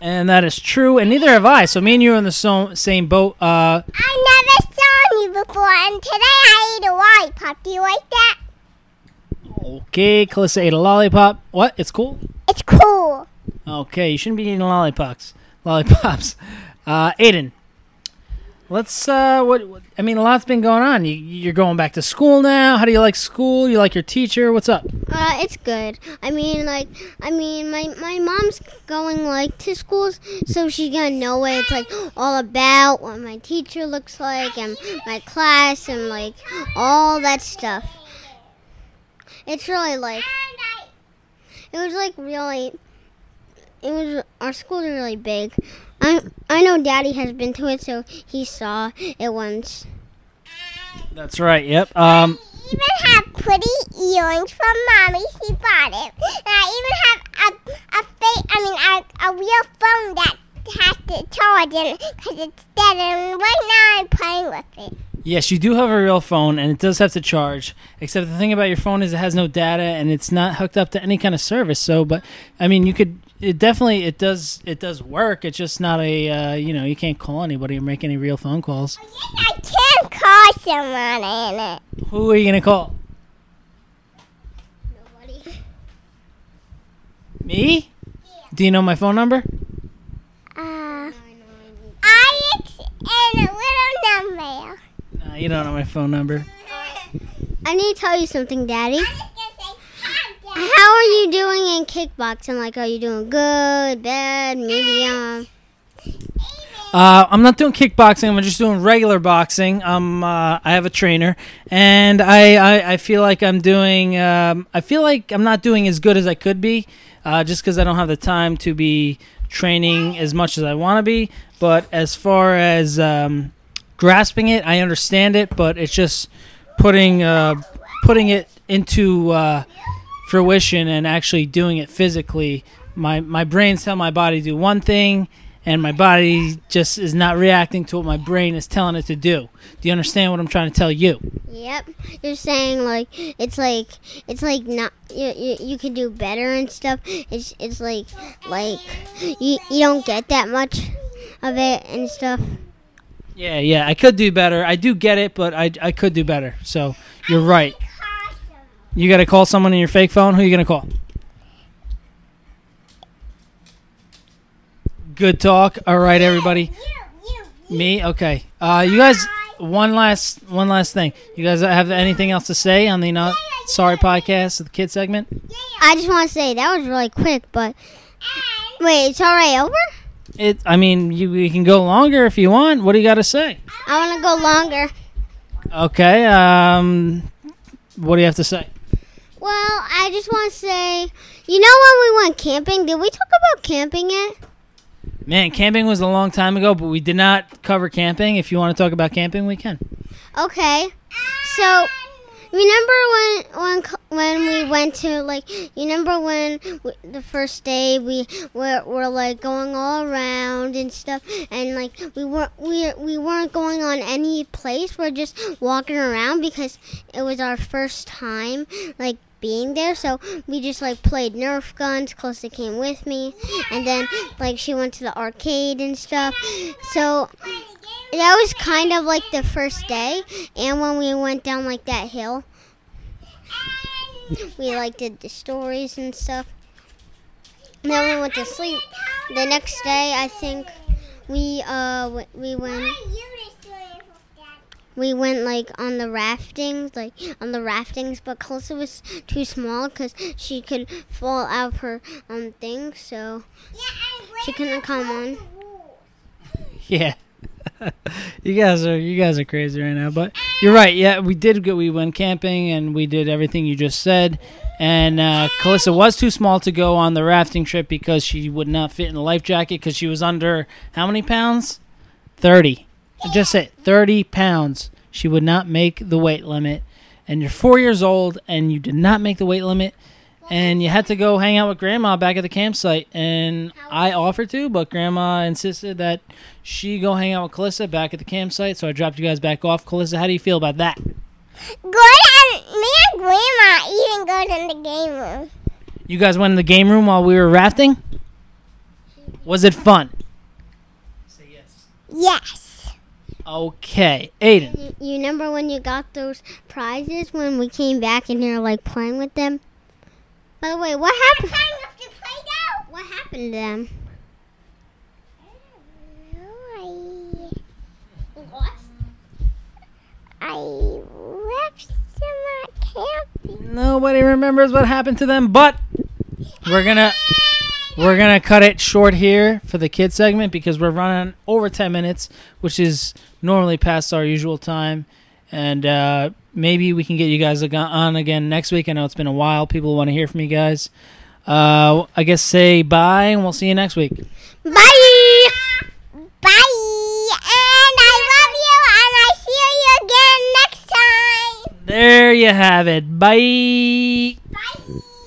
And that is true, and neither have I. So me and you are in the so- same boat. Uh, I never saw you before, and today I ate a lollipop. Do you like that? okay, Calissa ate a lollipop. What? It's cool. It's cool. Okay, you shouldn't be eating lollipops. Lollipops. Uh, Aiden, let's. Uh, what, what? I mean, a lot's been going on. You, you're going back to school now. How do you like school? You like your teacher? What's up? Uh, it's good. I mean, like, I mean, my my mom's going like to schools, so she's gonna know what it's like all about, what my teacher looks like, and my class, and like all that stuff. It's really like And I It was like really. It was our school is really big. I I know Daddy has been to it, so he saw it once. That's right. Yep. Um, even have pretty earrings from mommy. She bought it. And I even have a, a fake, I mean, a, a real phone that has to charge in it because it's dead. And right now I'm playing with it. yes, you do have a real phone, and it does have to charge. Except the thing about your phone is it has no data, and it's not hooked up to any kind of service. So, but I mean, you could. It definitely it does it does work. It's just not a uh, you know you can't call anybody or make any real phone calls. Oh, Yes, I can call someone in it. Who are you gonna call? Nobody. Me? Do you know my phone number? Uh, Alex and a little number. No, you don't know my phone number. I need to tell you something, Daddy. I'm just going to say hi, Dad. How are you doing in kickboxing? Like, are you doing good, bad, medium? Uh, I'm not doing kickboxing. I'm just doing regular boxing. Um, uh, I have a trainer, and I, I, I feel like I'm doing. Um, I feel like I'm not doing as good as I could be, uh, just because I don't have the time to be training as much as I want to be. But as far as um, grasping it, I understand it, but it's just putting uh, putting it into uh, fruition and actually doing it physically. My my brains tell my body to do one thing, and my body just is not reacting to what my brain is telling it to do. Do you understand what I'm trying to tell you? Yep. You're saying like it's like it's like not you you, you can do better and stuff. It's it's like like you you don't get that much of it and stuff. Yeah, yeah. I could do better. I do get it, but I I could do better. So you're right. You got to call someone in your fake phone. Who you gonna call? Good talk. All right, everybody. You, you, Me? Okay. Uh, you guys, one last one last thing. You guys have anything else to say on the not sorry podcast, the kid segment? I just want to say that was really quick, but wait, it's already over. It. I mean, you, you can go longer if you want. What do you got to say? I want to go longer. Okay. Um, what do you have to say? Well, I just want to say, you know, when we went camping, did we talk about camping yet? Man, camping was a long time ago, but we did not cover camping. If you want to talk about camping, we can. Okay. So remember when when c- when we went to like you remember when w the first day we were, were like going all around and stuff and like we weren't we, we weren't going on any place we're just walking around because it was our first time like being there so we just like played nerf guns Calista came with me and then like she went to the arcade and stuff so that was kind of like the first day, and when we went down like that hill, we like did the stories and stuff. And then we went to sleep. The next day, I think we uh w- we went Eunice doing it for Dad. we went like on the raftings, like on the raftings, but Calissa was too small because she could fall out of her um thing, so she couldn't come on. Yeah. you guys are you guys are crazy right now, but you're right. Yeah, we did go we went camping and we did everything you just said. And uh, Calissa was too small to go on the rafting trip because she would not fit in the life jacket because she was under how many pounds? Thirty. I Just said thirty pounds. She would not make the weight limit. And you're four years old and you did not make the weight limit. And you had to go hang out with grandma back at the campsite. And I offered to, but grandma insisted that she go hang out with Calissa back at the campsite, so I dropped you guys back off. Calissa, how do you feel about that? Good and me and Grandma even goes in the game room. You guys went in the game room while we were rafting? Was it fun? Yes. Okay. Aiden. You, you remember when you got those prizes when we came back and you're like playing with them? By the way, what happened? What happened to them? No, I I left them at camping. Nobody remembers what happened to them, but we're gonna we're gonna cut it short here for the kid segment because we're running over ten minutes, which is normally past our usual time. And uh, maybe we can get you guys ag- on again next week. I know it's been a while. People want to hear from you guys. Uh, I guess say bye, and we'll see you next week. Bye. Bye. And I love you, and I see you again next time. There you have it. Bye. Bye.